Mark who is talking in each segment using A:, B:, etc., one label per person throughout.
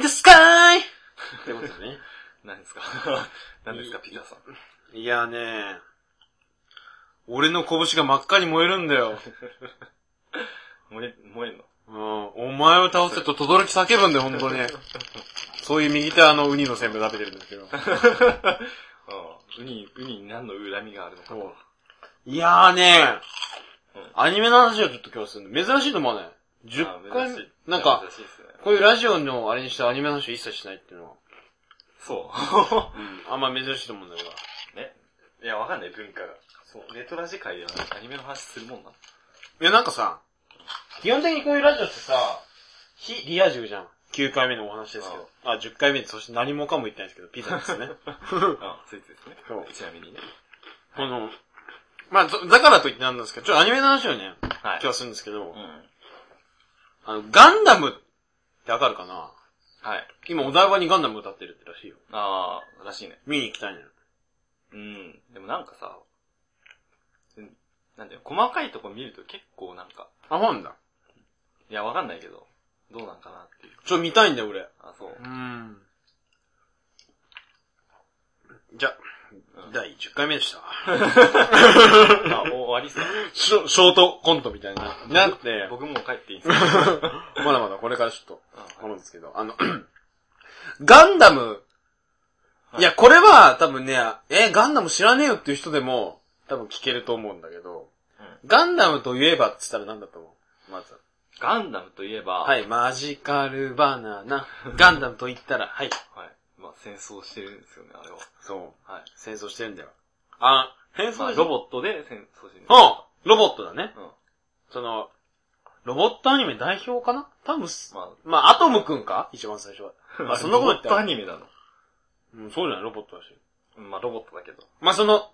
A: で すか何ですか、ピザさん。
B: いやね俺の拳が真っ赤に燃えるんだよ。
A: 燃え、燃えんの
B: うん、お前を倒せと轟叫ぶんだよ、本当に。そういう右手はあの、ウニのせんべい食べてるんですけど。
A: うん。ウニ、ウニに何の恨みがあるのか。
B: いやーね
A: うん
B: アニメの話をちょっと今日するの。珍しいと思わない ?10
A: あ
B: 回
A: 珍しい、
B: なんか、
A: 珍しいですね。
B: こういうラジオのあれにしてアニメの話を一切しないっていうのは、
A: そう。
B: あんま珍しいと思うんだよ、
A: ね。いや、わかんない、文化が。そう、ネトラジ界ではアニメの話するもんなの。
B: 俺いや、なんかさ、基本的にこういうラジオってさ、非リア充じゃん。9回目のお話ですけど。あ、10回目で、そして何もかも言ってないですけど、ピザです ね。
A: あ、スイーツですね。
B: そう
A: ちなみにね。
B: この、まあ、そだからといってなんですけど、ちょっとアニメの話をね、
A: は
B: 今日はするんですけど、
A: うん。
B: あの、ガンダムってわかるかな
A: はい。
B: 今、お台場にガンダム歌ってるってらしいよ。
A: あー、らしいね。
B: 見に行きたいのよ。
A: うん。でもなんかさ、うんなんていうの、細かいとこ見ると結構なんか、
B: あ、ファンだ。
A: いや、わかんないけど、どうなんかなっていう。
B: ちょ、見たいんだよ、俺。
A: あ、 そう。
B: うん。じゃ、第10回目でした。
A: あ、お終わりっすか
B: ショショートコントみたいな。なって、
A: 僕もう帰っていいん すか
B: まだまだこれからちょっと、
A: あ
B: 思うんですけど、あの、 ガンダム、いや、これは多分ね、え、ガンダム知らねえよっていう人でも、多分聞けると思うんだけど、ガンダムといえばって言ったら何だと思うまず。
A: ガンダムといえば、
B: はい、マジカルバナナ。ガンダムと言ったら、はい。
A: はい。まあ戦争してるんですよね、あれは。
B: そう。
A: はい。
B: 戦争してるんだよ。あ、戦
A: まあ、
B: 争
A: ロ
B: ッ
A: ボットで戦争してる。
B: うんロボットだね。
A: うん。
B: その、ロボットアニメ代表かな多分す、
A: ま
B: まあ、アトムくんか一番最初は。
A: あ、
B: まあ、そんなこと言った
A: ロボットア
B: ら。
A: ニメなの。
B: うん、そうじゃない、ロボットだし。
A: うんまあ、ロボットだけど。
B: まあ、その、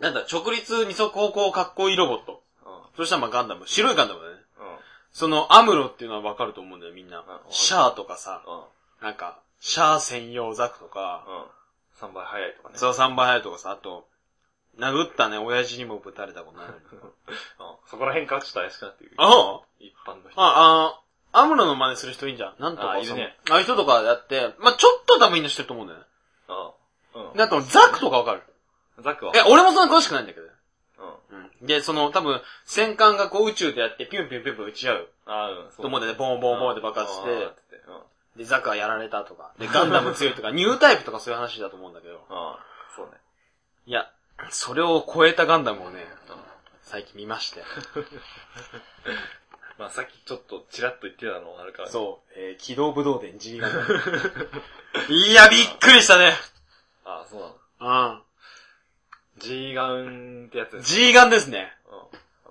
B: なんだ、直立二足歩行かっこいいロボット。
A: う
B: そしたらまあ、ガンダム。白いガンダムだね。
A: ん。うん。
B: その、アムロっていうのはわかると思うんだよ、みんな
A: わか。る
B: シャアとかさ、
A: うん。
B: なんか、シャア専用ザクとか、
A: うん。3倍早いとかね。
B: ザサンバハヤとかさ、あと、殴ったね、親父にもぶたれたことないのに。
A: うん。そこら辺からちょっと怪しくなってくる。
B: ああ
A: 一般の人。
B: あ、あーアムロの真似する人いいんじゃん。なんとか
A: あいるね
B: そのああいう人とかやって、まあ、ちょっと多分みんな知ってると思うんだよね。
A: うん。うん。
B: だとザクとかわかる。
A: ザクは。
B: え、俺もそんな詳しくないんだけど。
A: うん。
B: うん。で、その、多分、戦艦がこう宇宙でやって、ピュンピュンピュンピュン撃ち合う。
A: ああ、うん。そ
B: と思うんだよね、ボンボンボンで爆発し
A: うん。
B: て、
A: うん。うん。
B: で、ザクはやられたとか、で、ガンダム強いと か、ニュータイプとかそういう話だと思うんだけど。
A: そうね。
B: いや、それを超えたガンダムをね、
A: うん。
B: 最近見まして。
A: まあ、さっきちょっとチラッと言ってたのがあるからね。う。
B: そう、えー、機動武道伝 G ガンダム。 いや、びっくりしたね。
A: ああ、そうなの。
B: うん。
A: G ガンってやつです。
B: G ガンですね。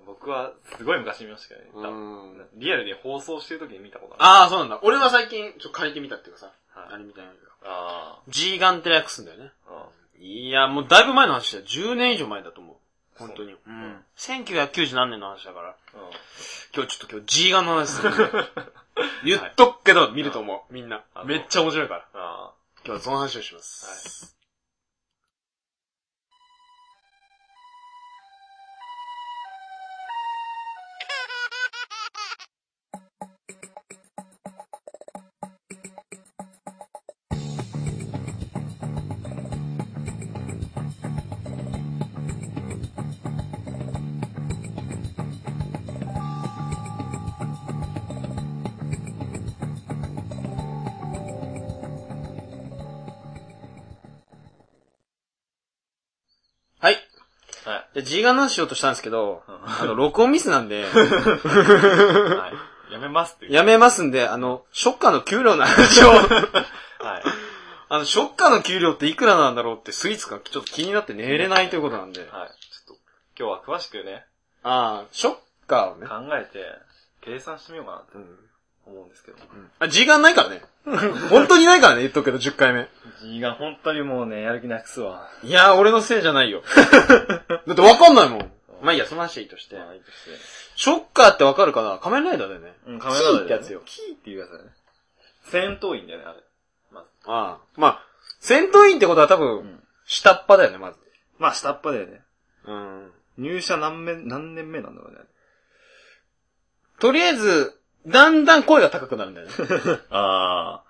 A: うん。僕は、すごい昔見ましたけどね。
B: ん。
A: リアルに放送してる時に見たことある。
B: ああ、そうなんだ。俺は最近、ちょっと借りてみたっていうかさ、
A: はい
B: あれみたいなのが。
A: あ
B: G ガンって略すんだよね。
A: あ。うん。
B: いや、もうだいぶ前の話だよ。10年以上前だと思う。本当に。うん
A: ん。
B: 1990何年の話だから。
A: うん。
B: 今日ちょっと今日 G ガンの話するんで。言っとくけど、見ると思う。みんな
A: あ。そう
B: めっちゃ面白いから。
A: あ
B: 今日はその話をします。はい。
A: あ。はい。
B: で、G ガンの話しようとしたんですけど、
A: うん
B: あの、録音ミスなんで、
A: はい。やめますっていう。
B: やめますんで、あの、ショッカーの給料の話 を。
A: はい。
B: あの、ショッカーの給料っていくらなんだろうってスイーツがちょっと気になって寝れないということなんで。
A: はい。ちょっと、今日は詳しくね、
B: ああ、ショッカーをね。
A: 考えて、計算してみようかなって
B: うん。
A: 思うんですけど。
B: あ、時間ない からね。本当にないからね、言っとくけど、10回目。
A: G が本当にもうね、やる気なくすわ。
B: いやー、俺のせいじゃないよ。 だってわかんないもん。まあいいや、その話はいいとして。
A: まあいいとして。
B: ショッカーってわかるかな仮面ライダーだよね。
A: うん、
B: 仮面ライダーだよね
A: キーってやつよ。キーっていうやつだよね。戦闘員だよね、あれ。まず。
B: ああ。まあ、戦闘員ってことは多分、
A: ん
B: 下っ端だよね、まず。
A: まあ、下っ端だよね。
B: うん。
A: 入社何年、何年目なんだろうね。
B: とりあえず、だんだん声が 高くなるんだよね。
A: あ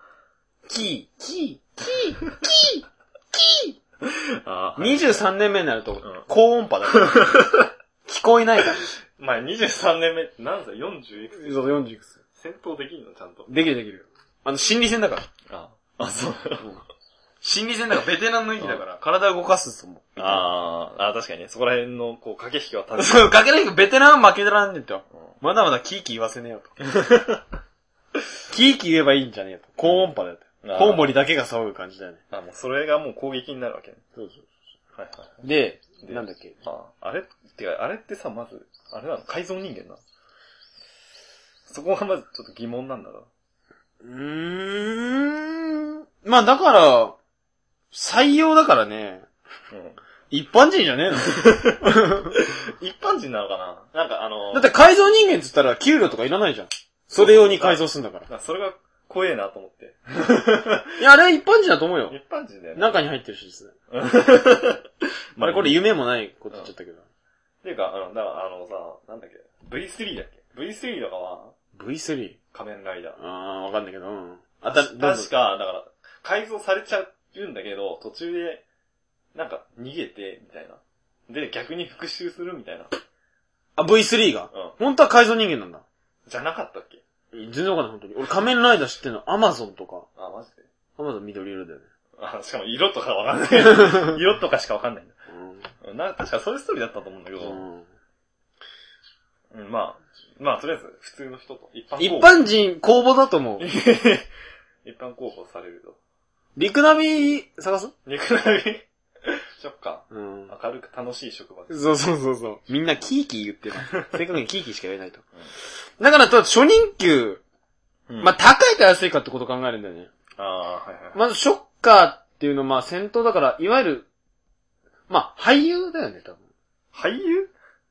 B: キー、キー、キー、キー、
C: ああはい
B: 23年目になると、
C: ん
B: 高音波だ から。聞こえないから。
C: まあ、23年目、何歳 ?40 いく
B: そう、40いくつ。
C: つ戦闘できんのちゃんと。
B: できるできる。あの、心理戦だから。
A: あ、あ、そう。
B: 心理戦だから、ベテランの域だから、体動かすと思う。
A: あーあ、確かにね。そこら辺の、こう、駆け引きは確か
B: そう、かけないけど、ベテランは負けてらんねんと。まだまだキーキー言わせねえよと。 キーキー言えばいいんじゃねえよと。高音波だよ
A: あ
B: と。
A: ー
B: コウモリだけが騒ぐ感じだよね。
A: に。あ、もうそれがもう攻撃になるわけね。
B: そうそう
A: はいはい。
B: で、
A: で
B: なんだっけ。
A: ああ、あれってか、あれってさ、まず、あれなの改造人間なのそこがまずちょっと疑問なんだな。
B: うーん。まあだから、採用だからね、
A: うん。
B: 一般人じゃねえの
A: 一般人なのかななんかあの、
B: だって改造人間って言ったら給料とかいらないじゃん。それ用に改造すんだから。
A: なんかそれが怖えなと思って。
B: いや、あれは一般人だと思うよ
A: 一。般人だよね。
B: 中に入ってるしですね。あれこれ
A: っ
B: 夢もないこと言っちゃったけど。
A: ていうか、うん、だからあのさ、なんだっけ、V3 だっけ ?V3 とかは、
B: V3?
A: 仮面ライダー。
B: あー、わかんないけど、うん。あた、
A: 確か、だから、改造されちゃうんだけど、途中で、なんか、逃げて、みたいな。で、逆に復讐するみたいな。
B: あ、V3 が。
A: うん。
B: 本当は改造人間なんだ。
A: じゃなかったっけ
B: 全然わかんない、本当に。俺仮面ライダー知ってんの、アマゾンとか。
A: あ、マジで。
B: アマゾン緑色だよ ね。
A: あ、しかも色とかわか んない。色とかしかわかんないんだ。うんな、確かそういうストーリーだったと思うんだけ
B: う
A: ど、
B: ん。うん
A: うん、まあ、まあ、とりあえず、普通の人と、一般
B: 一
A: 公募。
B: 般人公募だと思う。
A: 一般公募されると。
B: リクナビ探す
A: 肉並み、 そっか。
B: うん。
A: 明るく楽しい職場で
B: そうそうそうそう。みんなキーキー言ってる。正確にキーキーしか言えないと。 だから、初任給、
A: うん
B: まあ、高いか安いかってことを考えるんだよね。
A: ああー、はいはい。
B: まず、ショッカーっていうのは、まあ、戦闘だから、いわゆる、まあ、俳優だよね、多分。
A: 俳優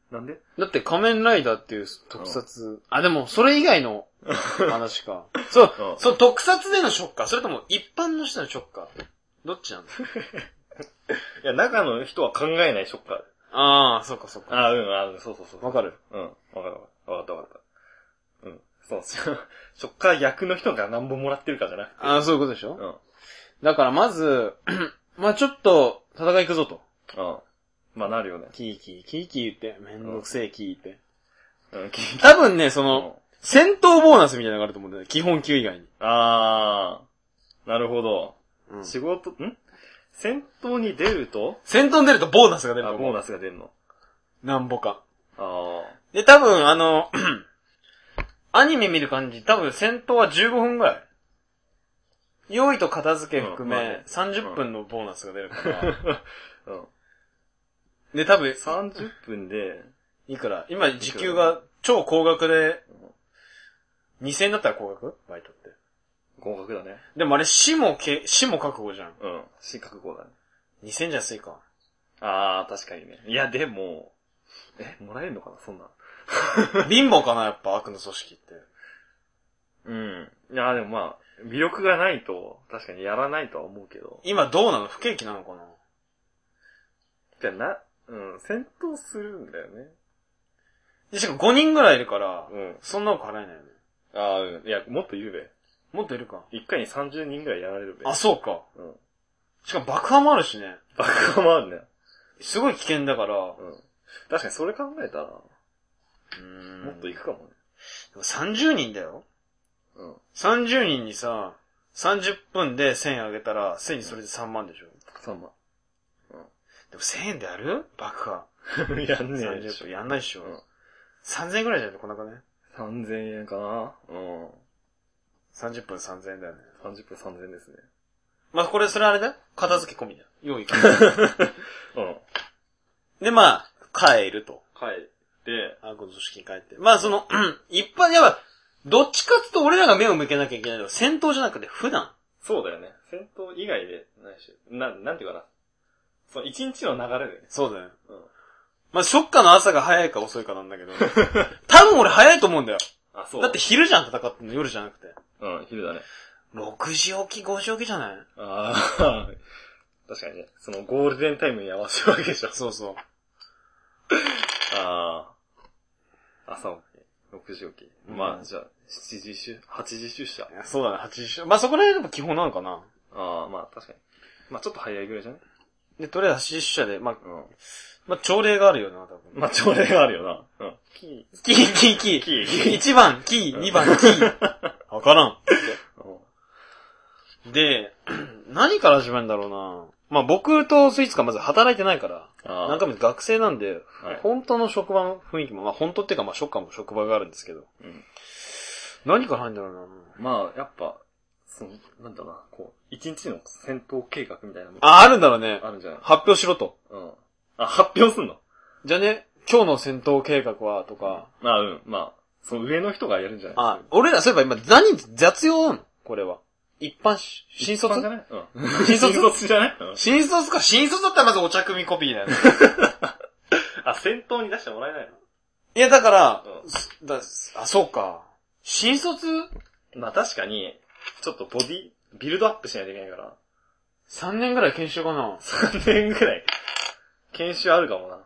A: なんで
B: だって仮面ライダーっていう特撮、あ、でも、それ以外の話 か。そう、
A: うん
B: そう、特撮でのショッカー、それとも一般の人のショッカー。どっち なんだ
A: いや、中の人は考えないショッカーで。
B: ああ、そうかそうか。
A: あーうん、あーうんそうそうそう。
B: わかる。
A: うん、わかるわかる。わかったわかった。うん。 そう、ショショッカー役の人が何本もらってるかじゃなくて。
B: ああ、そういうことでしょ、
A: うん。
B: だから、まず、 まあちょっと、戦い行くぞと。
A: うん。まあ、なるよね。
B: キーキー、キーキー言って、めんどくせえキー言って。
A: うん、き
B: 多分ね、そ
A: うん
B: の、戦闘ボーナスみたいなのがあると思うんだよね。基本級以外に。
A: あー、なるほど。
B: うん
A: 仕事、ん戦闘に出ると、
B: 戦闘に出るとボーナスが出る
A: あ、
B: と
A: ボ
B: 思
A: ー
B: う。
A: ナスが出るの。
B: なんぼか。
A: あ
B: で、多分、あの、 アニメ見る感じ、多分戦闘は15分ぐらい。用意と片付け含
A: うんまあ
B: め
A: ね、
B: 30分のボーナスが出るから。
A: ー。うん。
B: で、多分、
A: 30分で、
B: いくら今、時給が超高額で、2000円だったら高額バイトって。
A: 合格だね。
B: でもあれ、死もけ、死も覚悟じゃん。
A: うん。新覚悟だね。
B: 2000じゃ安いか。
A: あー、確かにね。いや、でも、え、もらえるのかなそんな。
B: 貧乏かな、やっぱ悪の組織って。
A: うん。いや、でもまあ、魅力がないと、確かにやらないとは思うけど。
B: 今どうなの不景気なのかな
A: じゃあな、うん、戦闘するんだよね。
B: で、しかも5人ぐらいいるから、
A: うん。
B: そんなの払えないよね。
A: ああ、うん。いや、もっと言うべ。
B: もっといるか。
A: 一回に30人ぐらいやられるべ。
B: あ、そうか。
A: うん。
B: しかも爆破もあるしね。
A: 爆破もあるね。
B: すごい危険だから、
A: うん。確かにそれ考えたら、も
B: も
A: っといくかもね。
B: 30人だよ。
A: うん。
B: 30人にさ、30分で1000円あげたら、1000にそれで3万でしょ。
A: 3万。
B: でも1000円でやる爆破。
A: やんねえで
B: 30
A: しょ
B: 分。やんないでしょ。
A: うん
B: 3000円ぐらいじゃないとこんなかね。
A: 3000円かなうん。
B: 30分3000円だよね。
A: 30分3000円ですね。
B: まあ、これ、それあれだよ。片付け込みだよ。用意完 了
A: うん。
B: で、まあ、帰ると。
A: 帰って、
B: あ、この組織に帰って。まあその、 うん一般、やっぱ、どっちかっていうと俺らが目を向けなきゃいけないのは戦闘じゃなくて普段。
A: そうだよね。戦闘以外で、ないし、な、なんていうかな。その一日の流れでね。
B: そうだよ。
A: うん。
B: まあショッカーの朝が早いか遅いかなんだけ ど。多分俺早いと思うんだよ。
A: あ、そう。
B: だって、昼じゃん戦ってんの夜じゃなくて。
A: うん、昼だね。
B: 6時起き、5時起きじゃない
A: ああ、 確かにね。そのゴールデンタイムに合わせるわけでしょ。
B: そうそう。
A: ああ。朝起き、6時起き。
B: うん
A: まあ、じゃあ、7時出、8時出社。
B: そうだね、8時。まあそこら辺でも基本なのかな。
A: ああ、まあ確かに。まあちょっと早いぐらいじゃね
B: で、とりあえず発射で、まあ、
A: うん。
B: まあ、朝礼があるよな、多分。
A: まあ、朝礼があるよな。うん。
B: キー、キー、キー、キー。
A: キー
B: 1番、キー、
A: うん
B: 2番、キー。 わから
A: うん
B: ん。で、 何から始めるんだろうな。まあ、僕とスイーツがまず働いてないから、
A: あ
B: 何回も言うけど学生なんで、
A: はい。
B: 本当の職場の雰囲気も、まあ、本当っていうか、まあ、職場も職場があるんですけど、
A: うん
B: 何から入るんだろうな。
A: まあ、やっぱ、その、なんだろうな、こう、一日の戦闘計画みたいなのも
B: あ、あるんだろうね。
A: あるんじゃない
B: 発表しろと。
A: うん。あ、発表すんの
B: じゃあね、今日の戦闘計画は、とか、
A: まあ、うん。まあ、その上の人がやるんじゃない
B: あ、俺らそういえば今何雑用なのこれは。一般し、新
A: 一般
B: 卒
A: じゃないうん。
B: 新卒
A: 新卒じゃないうん
B: 新卒か、新卒だったらまずお茶組コピーだよね。
A: あ、戦闘に出してもらえない
B: いや、だから、
A: のうん
B: だあ、そうか。新卒
A: まあ確かに、ちょっとボディ、ビルドアップしないといけないから、
B: ?3 年ぐらい研修かな
A: 3年ぐらい、研修あるかもな。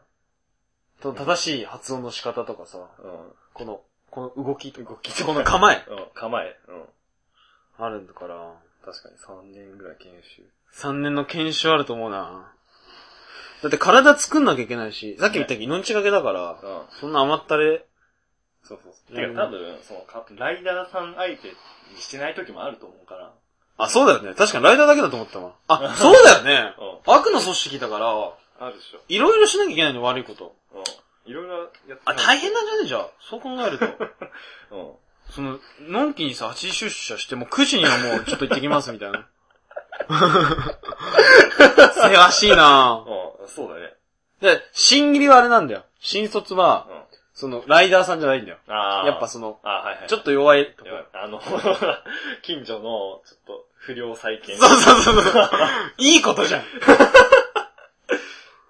B: と正しい発音の仕方とかさ、
A: う
B: この、この動き と
A: ん。
B: か、
A: 動きと
B: この構え。
A: うん、構え。うん。
B: あるんだから、
A: 確かに3年ぐらい研修。
B: 3年の研修あると思うな。だって体作んなきゃいけないし、さっき言ったけど命がけだから、
A: うん。
B: そんな甘ったれ、
A: そうそうそう。
B: うん
A: てか多分、そのか、ライダーさん相手にしてない時もあると思うから。
B: あ、そうだよね。確かにライダーだけだと思ったわ。あ、そうだよね。
A: うん。
B: 悪の組織だから、
A: あるでしょ。
B: いろいろしなきゃいけないの悪いこと。
A: うん。いろいろやって
B: あ、大変なんじゃねえじゃあ。そう考えると。
A: うん。
B: その、のんきにさ、8時出社して、もう9時にはもうちょっと行ってきますみたい な。せわしいな
A: うん。そうだね。
B: ぁ。で、新切りはあれなんだよ。新卒は、
A: うん。
B: その、ライダーさんじゃないんだよ。
A: ああ。
B: やっぱ、その、
A: あはいはい。
B: ちょっと弱いとこ
A: やばいあの、 近所の、ちょっと、不良再建。
B: そうそうそう そう。いいことじゃん。
A: あ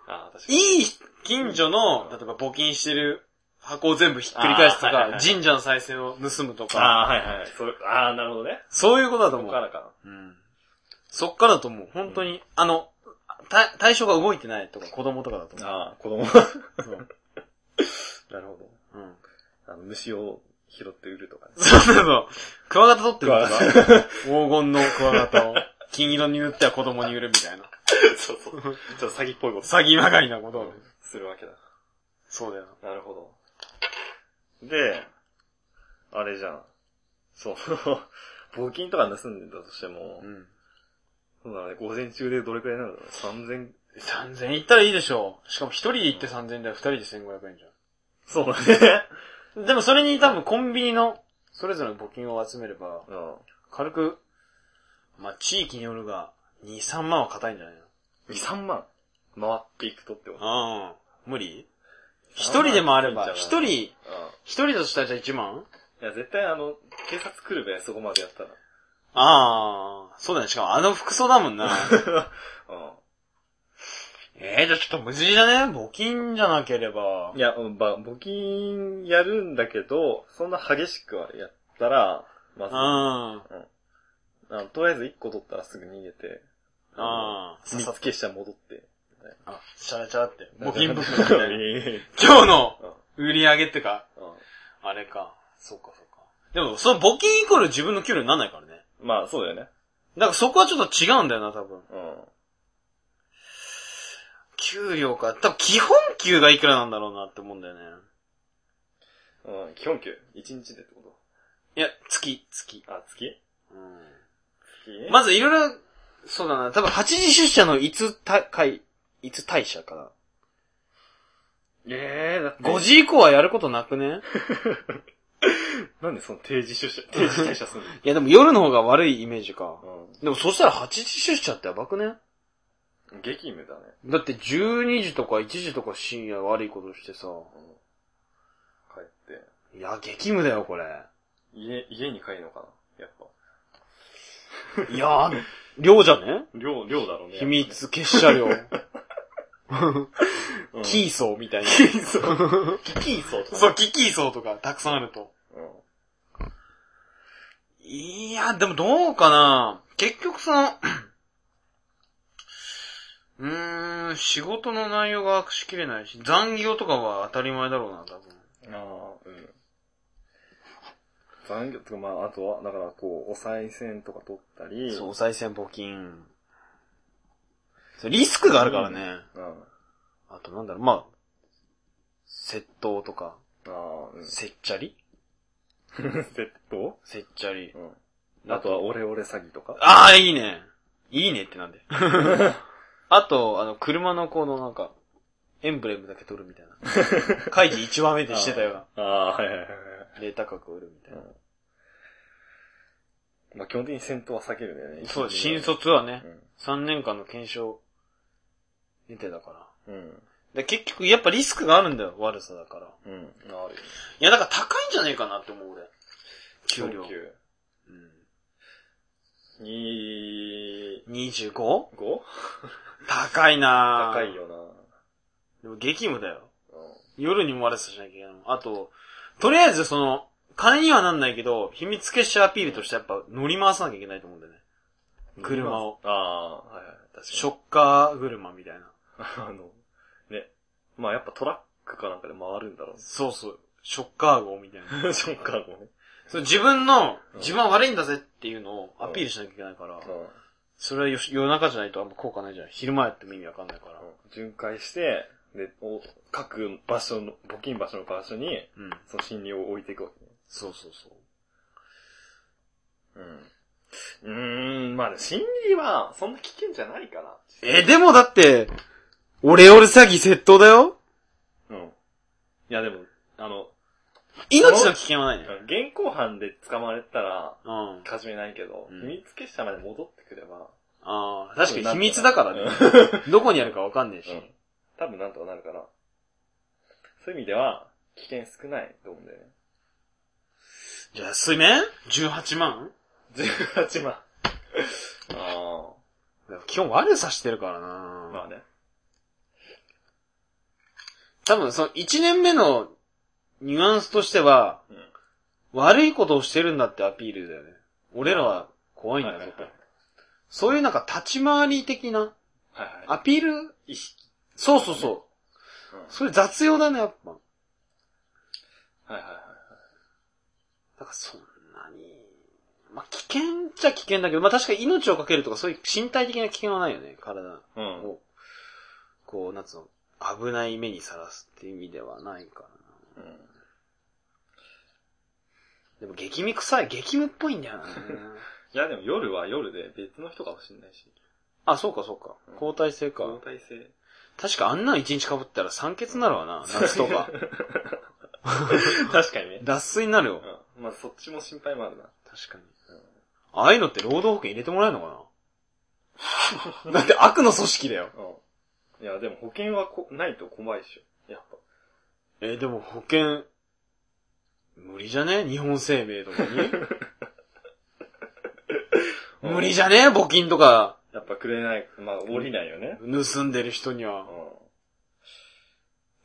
A: あ、確かに。
B: いい近所の、例えば募金してる箱を全部ひっくり返すと
A: あーはいはい
B: か
A: は、い
B: 神社の再生を盗むとか、
A: ああ、はいはい。それ、ああ、なるほどね。
B: そういうことだと
A: そ
B: 思
A: こ
B: う
A: か。らか
B: うんそっからだと思う。本当に、あの、た対象が動いてないとか、子供とかだと
A: な。
B: 思
A: ああ、子
B: う。
A: 供。なるほど。
B: うん
A: あの、虫を拾って売るとかね。
B: そうそうそう。クワガタ取ってるとか
A: ク、
B: 黄金のクワガタを、金色に塗っては子供に売るみたいな。
A: そうそう。ちょっと詐欺っぽいこと
B: 詐欺まがいなことを。
A: するわけだ。
B: そうだよ。
A: なるほど。で、あれじゃん。そう。 募金とか盗んでたとしても、
B: ん。
A: そうだね、午前中でどれくらいなんだろうね。3000、
B: 3000行ったらいいでしょう。しかも一人で行って3000円だよ、二人で1500円じ
A: そうだね。
B: ゃん。でもそれに多分コンビニの、それぞれの募金を集めれば、
A: うん。
B: 軽く、まあ、地域によるが、2、3万は硬いんじゃないの
A: 2、3万回っていくとってこと。
B: ああ、無理一人でもあれば、
A: 三
B: 一
A: 万
B: 人、
A: う
B: 一人としたらじゃあ1万
A: ん。いや、絶対あの、警察来るべ、そこまでやったら。
B: ああ、そうだね。しかもあの服装だもんな。
A: う
B: ええじゃあちょっと無事じゃね募金じゃなければ
A: ん。い。や、うん、ば、募金やるんだけど、そんな激しくはやったら、ま
B: うん。
A: あ、
B: あ
A: あのとりあえず1個取ったらすぐ逃げて、
B: あ。
A: の
B: さ
A: 見
B: さ
A: つ、けしたら戻って。
B: あ、チャラチャラって。募金袋みたいな
A: ええ
B: 今日の
A: うん
B: 売り上げってか、
A: う
B: あれか。そうかそうか。でも、その募金イコール自分の給料にならないからね。
A: ん。まあ、そうだよね。
B: だからそこはちょっと違うんだよな、多分。
A: うん。
B: 給料か。多分基本給がいくらなんだろうなって思うんだよね。
A: うん、基本給。1日でってこ
B: いや、月、月。
A: とあ、月月
B: まずいろいろ、そうだな、多分8時出社のいつ退会、いつ退社か
A: ええだって。
B: な。5時以降はやることなくね
A: なんでその定時出社、定時退社する
B: いやでも夜の方が悪いイメージか。
A: の
B: でもそしたら8時出社ってやばくね
A: うん。激務だね。
B: だって12時とか1時とか深夜悪いことしてさ。
A: うん。帰って。
B: いや、激務だよ、これ。
A: 家、家に帰るのかなやっぱ。
B: いやー、量じゃね
A: 寮、寮だろうね。
B: 秘密結社 量。
A: うん。
B: キーソーみたいな。
A: キー ソー。キキーソーとか。
B: そう、キキーソーとかたくさんあると。
A: うん。
B: いや、でもどうかな結局その、 うーん、仕事の内容が悪しきれないし、残業とかは当たり前だろうな、多分。
A: ああ、うん。残業とか、まあ、あとは、だから、こう、お賽銭とか取ったり、
B: そう、お賽銭募金。そうリスクがあるからね。
A: うん。あ
B: あとなんだろう、まあ、窃盗とか、
A: あ、うん。
B: せっちゃり
A: 窃盗
B: せっちゃり
A: う。ん。あとは、オレオレ詐欺とか。
B: ああ、いいね。いいねってなん で。あと、あの、車のこのなんか、エンブレムだけ取るみたい な。会議1話目でしてたような。
A: ああ、はいはいはいはい。
B: レータ価格売るみたいな。
A: うん。まあ、基本的に戦闘は避けるんだよね。
B: そう、
A: 一日
B: 新
A: に
B: 卒はね、
A: うん
B: 3年間の検証、出てたから。
A: うん。
B: で結局、やっぱリスクがあるんだよ、悪さだから。
A: うん。あるよ。
B: いや、だから高いんじゃねえかなって思う、俺。給料。うん。
A: 2、
B: 25?
A: 5?
B: 高いなぁ
A: 高いよな
B: でも激務だよ。
A: うん。
B: 夜にも悪さしなきゃいけないもん。あと、とりあえずその、金にはなんないけど、秘密結社アピールとしてやっぱ乗り回さなきゃいけないと思うんだよね。車を。
A: ああ、はいはい。確かに。
B: ショッカー車みたいな。
A: あの、ね。まあやっぱトラックかなんかで回るんだろう
B: そうそう。ショッカー号みたいな。
A: ね。ショッカーもね。
B: そう自分の
A: う、ん
B: 自分は悪いんだぜっていうのをアピールしなきゃいけないから、それはよし夜中じゃないとあんま効果ないじゃん。昼間やっても意味わかんないから。
A: 巡回して、で、お各場所の、募金場所の場所に、
B: うん。
A: その診療を置いていくわけね。
B: そうそうそう。
A: うん。うーん、まあね、心理は、そんな危険じゃないかな。
B: え、でもだって、オレオレ詐欺窃盗だよ
A: うん。いやでも、あの、
B: 命の危険はないね。
A: 現行犯で捕まれたら、
B: うん。
A: かじめないけど、
B: うん
A: 秘密結社まで戻ってくれば、
B: ああ、確かに秘密だからね。
A: ね。
B: どこにあるかわかんねえし。
A: うん。多分なんとかなるから。そういう意味では、危険少ないと思うんだよね。
B: じゃあ、水面 ?18 万
A: 18万。あ
B: 基本悪さしてるからな
A: あ。まあね。
B: 多分その1年目のニュアンスとしては、
A: うん
B: 悪いことをしてるんだってアピールだよね。俺らは怖いんだ
A: はいはい
B: ぞ
A: はい
B: と。そういうなんか立ち回り的な
A: はいは
B: アピール、そうそうそう。
A: い。うん
B: それ雑用だね、やっぱ。だ
A: はいはいはい。
B: からそんなに、まあ危険っちゃ危険だけど、まあ確かに命をかけるとかそういう身体的な危険はないよね、体。
A: うん。
B: を、こう、なんつうの、危ない目にさらすっていう意味ではないかな。
A: うん
B: でも、激務臭い、激務っぽいんだよな。
A: いやでも夜は夜で別の人かもしれないし。
B: あ、そうかそうか。交代制か。
A: 交代制。
B: 確かあんなの一日被ったら酸欠になるわな、夏と か。
A: 確かにね。
B: 脱水になるよ。
A: うん。まあそっちも心配もあるな。
B: 確かに。ああいうのって労働保険入れてもらえるのかな だって悪の組織だよ。
A: うん。いやでも保険はこないと怖いっしょ。やっぱ。
B: えーでも保険、無理じゃね日本生命とかに。無理じゃね募金とか、
A: やっぱくれない、まあ降りないよね。
B: 盗んでる人には。
A: うん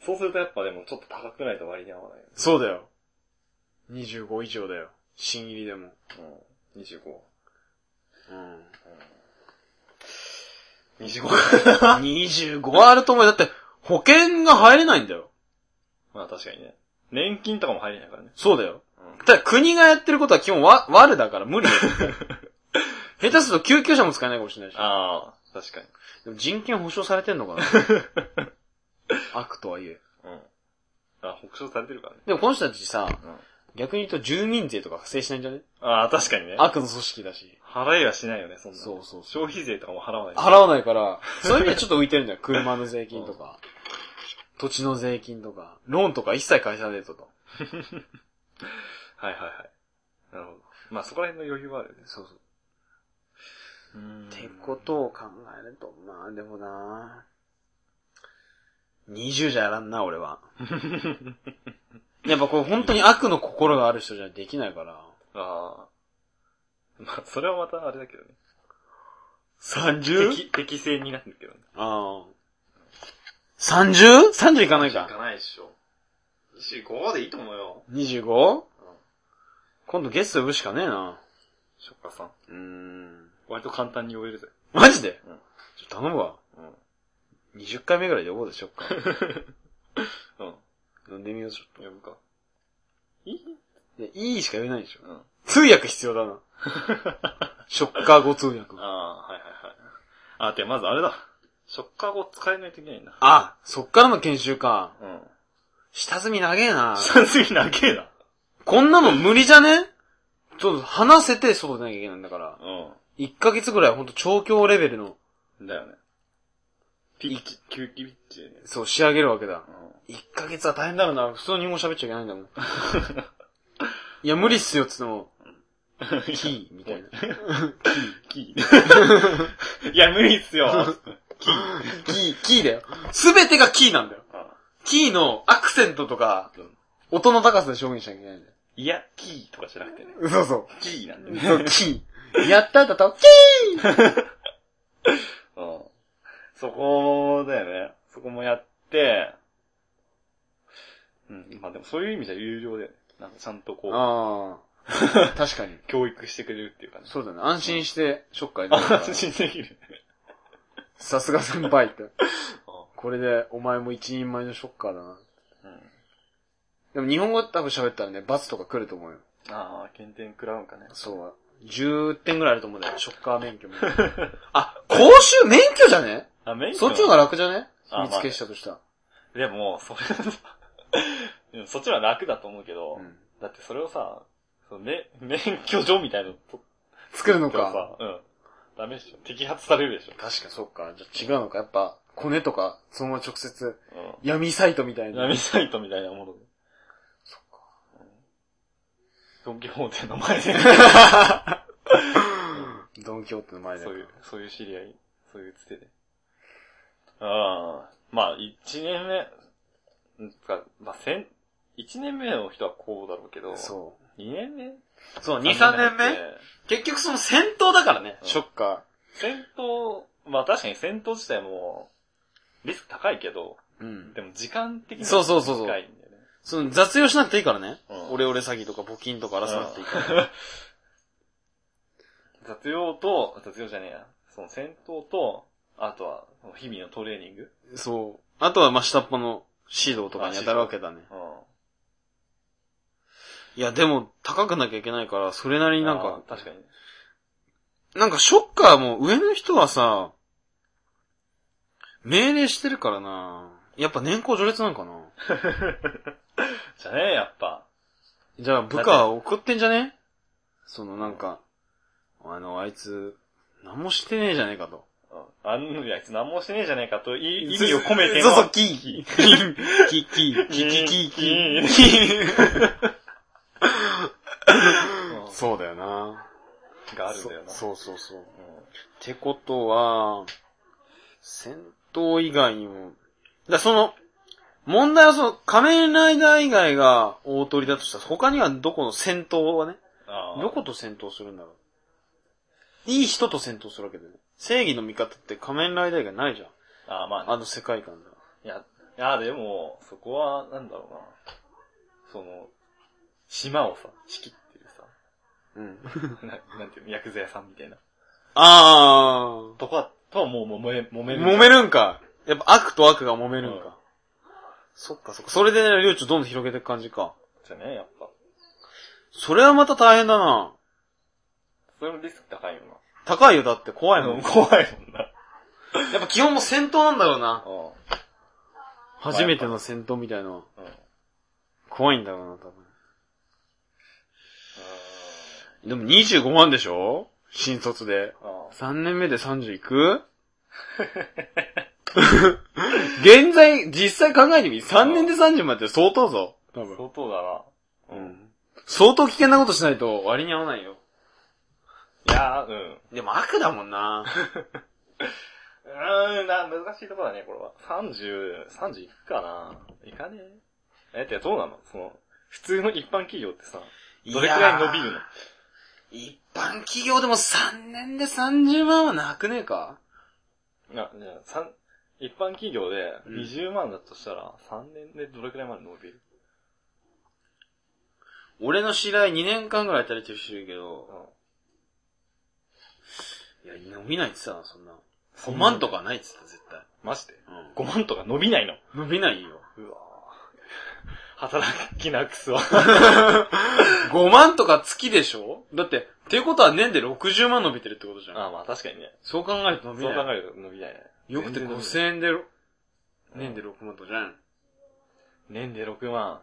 A: そうするとやっぱでもちょっと高くないと割に合わない
B: そうだよ。25以上だよ。新入りでも。
A: よね。うん。25。
B: うん。
A: 25
B: 25あると思うよ。だって、保険が入れないんだよ。
A: まあ確かにね。年金とかも入れないからね。
B: そうだよ。
A: うん。
B: ただ国がやってることは基本わ、悪だから 無理だよ。下手すると救急車も使えないかもしれないし。
A: ああ、確かに。
B: でも人権保障されてんのかな 悪とはいえ。
A: うん。あ、北昇されてるからね。
B: でもこの人たちさ、
A: うん
B: 逆に言うと住民税とか発生しないんじゃね
A: ああ、確かにね。
B: 悪の組織だし。
A: 払いはしないよね、そんなの。
B: そうそうそう
A: 消費税とかも払わない。
B: 払わないから、そういう意味でちょっと浮いてるんだ よ。車の税金とか、土地の税金とか、ローンとか一切返さねえとと。
A: はいはいはい。なるほど。まあそこら辺の余裕はあるよね。
B: そうそう。
A: うん
B: ってことを考えると、まあでもな20じゃやらんな、俺 は。やっぱこれ本当に悪の心がある人じゃできないから。
A: ああ。まあそれはまたあれだけどね。
B: 30?
A: 適、適正になるけどね。
B: ああ。30?30 30いかない
C: い
B: か。
C: かないっしょ。25でいいと思うよ。
B: 25? 今度ゲスト呼ぶしかねえな。
A: ショッカーさん。
B: うーん。
A: 割と簡単に呼べるぜ。
B: マジで、
A: うん
B: ちょっと頼むわ。
A: うん。
B: 20回目ぐらいで呼ぼうでしょっか。
A: うん。
B: 飲んでみようちょっ
A: 呼ぶか。いい
B: と。いや、いいしか言えないでしょ。
A: うん。あ
B: 通訳必要だな。ショッカー語通訳。
A: あ、はいはいはい。あ、てかまずあれだ。ショッカー語使えないといけないんだ。
B: あ、そっからの研修か。
A: うん。
B: 下積み長えな。
A: 下積み長えな。
B: こんなの無理じゃねちょっと話せてそうでなきゃいけないんだから。
A: う
B: 1ヶ月ぐらいほんと調教レベルの、
A: ん。だよね。ピッチ、急ピッチでね。
B: そう、仕上げるわけだ。
A: うん。
B: 1ヶ月は大変だろうな。普通の日本語喋っちゃいけないんだもん。いや、無理っすよ、つっても。 キー、みたいな。
A: キー。いや、無理っすよ。
B: キー、キーだよ。すべてがキーなんだよ。
A: うん
B: キーのアクセントとか
A: うん、
B: 音の高さで表現しちゃいけないんだよ。
A: いや、キーとかじゃなくてね。
B: そうそ
A: キーなんで
B: う。
A: ね。
B: そうキー。やっただと、キー
A: うん。そこだよね。そこもやって、うん。まあでもそういう意味じゃ有料だよね。なんかちゃんとこ
B: あ あ。確かに。
A: う、教育してくれるっていう感じ。
B: そうだね。安心して、ショッカーになるから
A: 安心できる。
B: さすが先輩っ て。これで、お前も一人前のショッカーだな。
A: うん。
B: でも日本語多分喋ったらね、罰とか来ると思うよ。
A: ああ、減点食らうんかね。
B: そう。10点ぐらいあると思うんだよ。ショッカー免 許も。あ、講習免許じゃね
A: あ、免許
B: そっちの方が楽じゃね
A: あ
B: 見つけしたとしたら。
A: でも、それ、 うんそっちは楽だと思うけど、
B: うん
A: だってそれをさ、そのめ 免許状みたいなの取
B: 作るの
A: っても
B: か。
A: さ、うん。ダメでしょ。摘発されるでしょ。
B: 確かそっか。じゃあ違うのか。やっぱ、コネとか、そのまま直接、
A: うん。
B: 闇サイトみたいな。
A: 闇サイトみたいなもので。
B: そっか。
A: ドンキホーテの前で。
B: ドンキョーテの 前で。
A: そういう、そういう知り合い。そういうつてで。ああ、まあ、一年目、んつか、まあ、せん、一年目の人はこうだろうけど、
B: そ
A: 二年目
B: う。そう、
A: 二
B: 2、
A: 三
B: 3年目結局その戦闘だからね。
A: うん
B: ショッカ
A: 戦闘、まあ確かに戦闘自体も、リスク高いけど、
B: ー。うん。
A: でも時間的に
B: そうそうそうそう
A: 近いんだよね。
B: その雑用しなくていいからね。
A: うん
B: オレオレ詐欺とか募金とか争わなくていいから。
A: 雑用と、雑用じゃねえや。その戦闘と、あとは、日々のトレーニング。
B: そう。あとは、まあ、下っ端の指導とかに当たるわけだね。
A: う
B: いや、でも、高くなきゃいけないから、それなり
A: ん。
B: になん
A: あ
B: か
A: ー、確かに。
B: なんかショッカーも上の人はさ、命令してるからなやっぱ年功序列なんかな
A: じゃねえ、やっぱ。
B: じゃあ部下送ってんじゃねそのなんか、あの、あいつ、何もしてねえじゃねえかと。
A: うん。あんのやつ何もしてねえじゃねえかと、い意味を込めて
B: そう
A: の
B: そう、キーキー。キーキー、キーキー、キーキー。
A: うん
B: そうだよな
A: があるんだよな。
B: そうそうそうそう。
A: うん
B: ってことは、戦闘以外にも、だその、問題はその、仮面ライダー以外が大鳥だとしたら、他にはどこの戦闘はね、
A: あー
B: どこと戦闘するんだろう。いい人と戦闘するわけだよね。正義の味方って仮面ライダー以外ないじゃん。
A: あー、まあね、
B: あの世界観だ。
A: いや、いや、でも、そこは、なんだろうな。その、島をさ、仕切ってるさ、
B: うん。
A: ななんていうの、薬剤屋さんみたいな。
B: あ
A: とか、とはもう揉め、揉
B: ー。
A: める。
B: 揉めるんか。やっぱ悪と悪が揉めるんか。
A: うん
B: そっかそっか。それでね、領地をどんどん広げていく感じか。
A: じゃね、やっぱ。
B: それはまた大変だな
A: それもリスク高いよ
B: 高いよ、だって怖い
A: な。
B: もん
A: うん。怖いもんな。
B: やっぱ基本も戦闘なんだろうな。
A: う
B: 初めての戦闘みたいなのは
A: ん。うん。う
B: 怖いんだろうな、多分。でも25万でしょ新卒で。
A: あ
B: 3年目で30いく現在、実際考えてみ。3年で30までって相当ぞ。多
A: ー
B: 分。
A: 相当だな。
B: うん。相当危険なことしないと割に合わないよ。
A: いやー、うん。
B: でも悪だもんな。
A: うーん、な、難しいところだね、これは。30、30いくかないかねえ。え、ってどうなのその、普通の一般企業ってさ、 どれくらい伸びるの
B: 一般企業でも3年で30万はなくねえか
A: な、じゃあ、三、一般企業で
B: うん
A: 20万だとしたら、3年でどれくらいまで伸びる
B: 俺の知り合い2年間ぐらい働いてる人いるけ
A: う
B: ど、
A: ん。
B: いや、伸びないって言ってたな、そんな。
A: そ
B: 5万とかないって言ってた、絶対。
A: マジで
B: う
A: ?5 万とか伸びないの
B: ん。伸びないよ。
A: うわぁ。 働きなくすわ。
B: 5万とか月でしょだって、っていうことは年で60万伸びてるってことじゃん。
A: ああまあ確かにね。
B: そう考えると伸
A: そう
B: びない。
A: 考えると伸びないね。
B: よくて
A: 全然
B: 5000円でろ、年で6万とかじゃん。だ
A: 年で6
B: か
A: 万。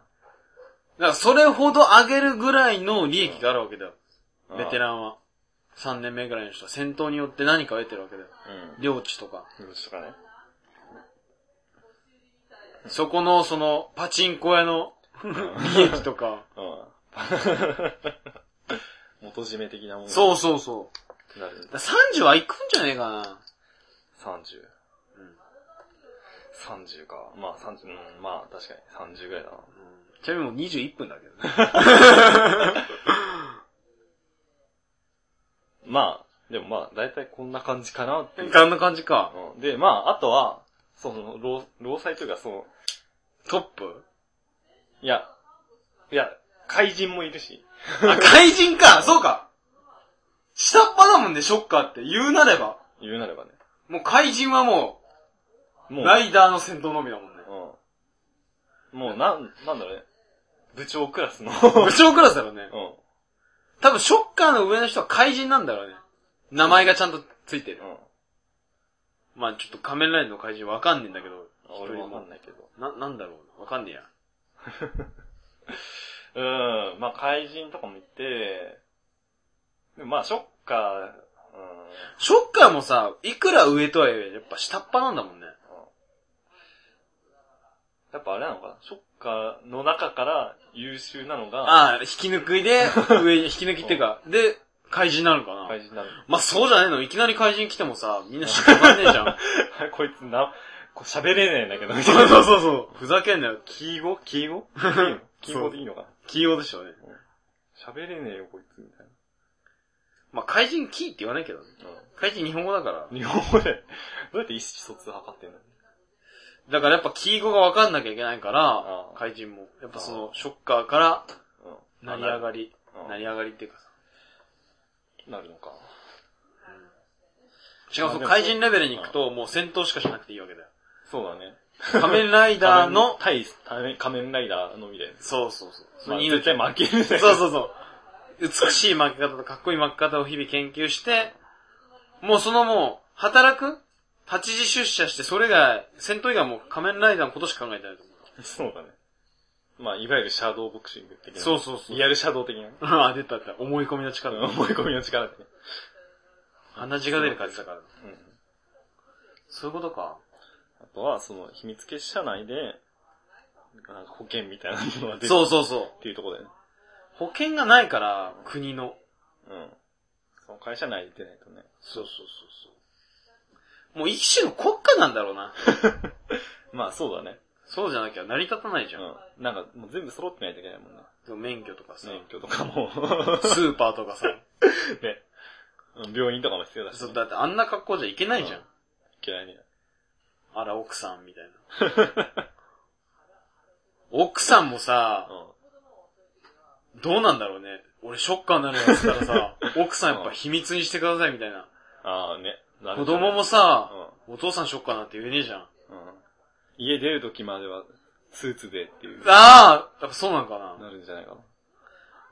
B: らそれほど上げるぐらいの利益があるわけだよ。ベテ
A: ン。
B: ランは。3年目ぐらいの人は戦闘によって何かを得てるわけだよ。
A: うん。
B: 領地とか。
A: 領地とかね。
B: そこの、その、パチンコ屋の利益とか。
A: うん。元締め的なもの。
B: そううそうそう。
A: なるんだ。
B: だから30はいくんじゃねえかな。
A: 30。
B: うん
A: 30か。まあ30、うん、まあ確かに30ぐらいだな。
B: ちなみにもう21分だけどね。
A: まあ、でもまあ、だいたいこんな感じかな っていう。
B: あんな感じか。
A: うん、で、まあ、あとは、その、労、労災というか、その、
B: トップ
A: いや、いや、怪人もいるし。
B: あ、怪人かそうか下っ端だもんね、ショッカーって。言うなれば。
A: 言うなればね。
B: もう怪人はも
A: も
B: う、
A: う、
B: ライダーの戦闘のみだもんね。
A: うん。もう、なん、なんだろうね。部長ク ラスの。
B: 部長クラスだろうね。
A: うん。
B: 多分ショッカーの上の人は怪人なんだろうね。名前がちゃんとついてる。
A: うん。
B: まあちょっと仮面ライダーの怪人わかんねえんだけど。
A: 俺もわか
B: な
A: ん
B: い。
A: ないけど。
B: な、なんだろうなわかんねえや。
A: うん。まあ、怪人とかもいて、でもまあ、ショッカー、うん。
B: ショッカーもさ、いくら上とはいえ、やっぱ下っ端なんだもんね。
A: やっぱあれなのかなショッカーの中から優秀なのが、
B: ああ、引き抜き で、上に、引き抜きっていうか、で、怪人なのかな。
A: 怪人なの。
B: まあそうじゃねえの。いきなり怪人来てもさ、みんな知らねえじゃん。
A: こいつな、こう喋れねえんだけど、みたい
B: そう
A: な。
B: そうそうそう。ふざけんなよ。
A: キー語キー語 キー語でいいのかな
B: 器用でしょうね。
A: 喋れねえよ、こいつ、みたい
B: まあ怪人キーって言わないけどね。
A: な。
B: 怪人日本語だから。
A: 日本語で、どうやって意思疎通測ってんの
B: だからやっぱキー語がわかんなきゃいけないから
A: あ、あ
B: 怪人も。やっぱそ
A: あ
B: の、ショッカーから、
A: うん。
B: 成り上がり。
A: うん
B: 成り上がりっていうかさ。
A: なるのか。
B: しかもその怪人レベルに行くと、もう戦闘しかしなくていいわけだよ。
A: そうだね。
B: 仮面ライダーの、
A: 対、対仮面ライダーのみで。
B: そうそうそう。そ
A: まあ
B: れに
A: 絶対負けるね。
B: そうそうそう。美しい巻き方とかっこいい巻き方を日々研究して、もうそのもう、働く ?8 時出社して、それ以外、戦闘以外はもう仮面ライダーのことしか考えてないと思う。
A: そうだね。まあ、いわゆるシャドーボクシング的な。
B: そうそうそう
A: リアルシャドー的な。
B: ああ、出た出た。思い込みの力だ。
A: 思い込みの力でね。
B: 鼻血が出る感じだから。
A: うん。
B: そういうことか。
A: あとは、その、秘密結社内で、なんか保険みたいなのが出て
B: そうそうそう。
A: っていうところだよね。
B: 保険がないから、国の。
A: うん。その会社内で出ないとね。
B: そうそうそうそう。もう一種の国家なんだろうな。
A: まあ、そうだね。
B: そうじゃなきゃ成り立たないじゃん。
A: うん。なんか、もう全部揃ってないといけないもんね。
B: でも免許とかさ、
A: 免許とか も。
B: スーパーとか さ。
A: ね。うん病院とかも必要だし、
B: そ
A: ね。
B: うだってあんな格好じゃいけないじゃん
A: うん嫌いね。
B: あら、奥さんみたいな。奥さんもさ、
A: う
B: どうなんだろうね。俺ショッカーになるやつから さ、奥さんやっぱ秘密にしてくださいみたいな。
A: ん。ああ、ね。なる
B: 子
A: ほどね
B: 供もさ、お父さんショッカーなんて言えねえじゃん。あ
A: うん。うん。家出るときまでは、スーツでっていう、
B: あやっぱそうなんかな。
A: なるんじゃないかな。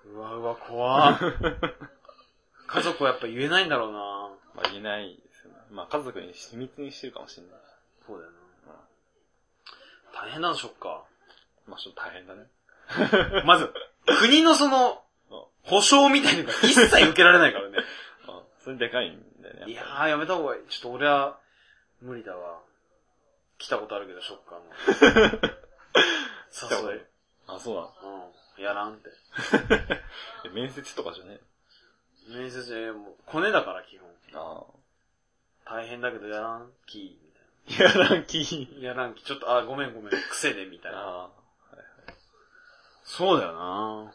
B: うわうわ、怖 っ家族はやっぱ言えないんだろうな。
A: まあ、言えないですよね。まあ、家族に秘密にしてるかもしれない。
B: そうだよな。大変なの、ショッカ
A: まあ、ちょっと大変だね。
B: ー。まず、国のその
A: うん、
B: 保証みたいなのが一切受けられないからね。
A: うん。それでかいんだよ ね。
B: いやー、やめた方がいい。ちょっと俺は、無理だわ。来たことあるけど、ショッカー の。誘い。
A: あ、そうなん
B: うん。やらんって。
A: え面接とかじゃね
B: 面接で、もう、コネだから、基本。
A: えあ
B: 大変だけど、やらんき、みた
A: あ。いや、ランキー。
B: いな。やらんき、ちょっと、あ、ごめんごめん、癖で、みたいな。
A: ああ。
B: そうだよな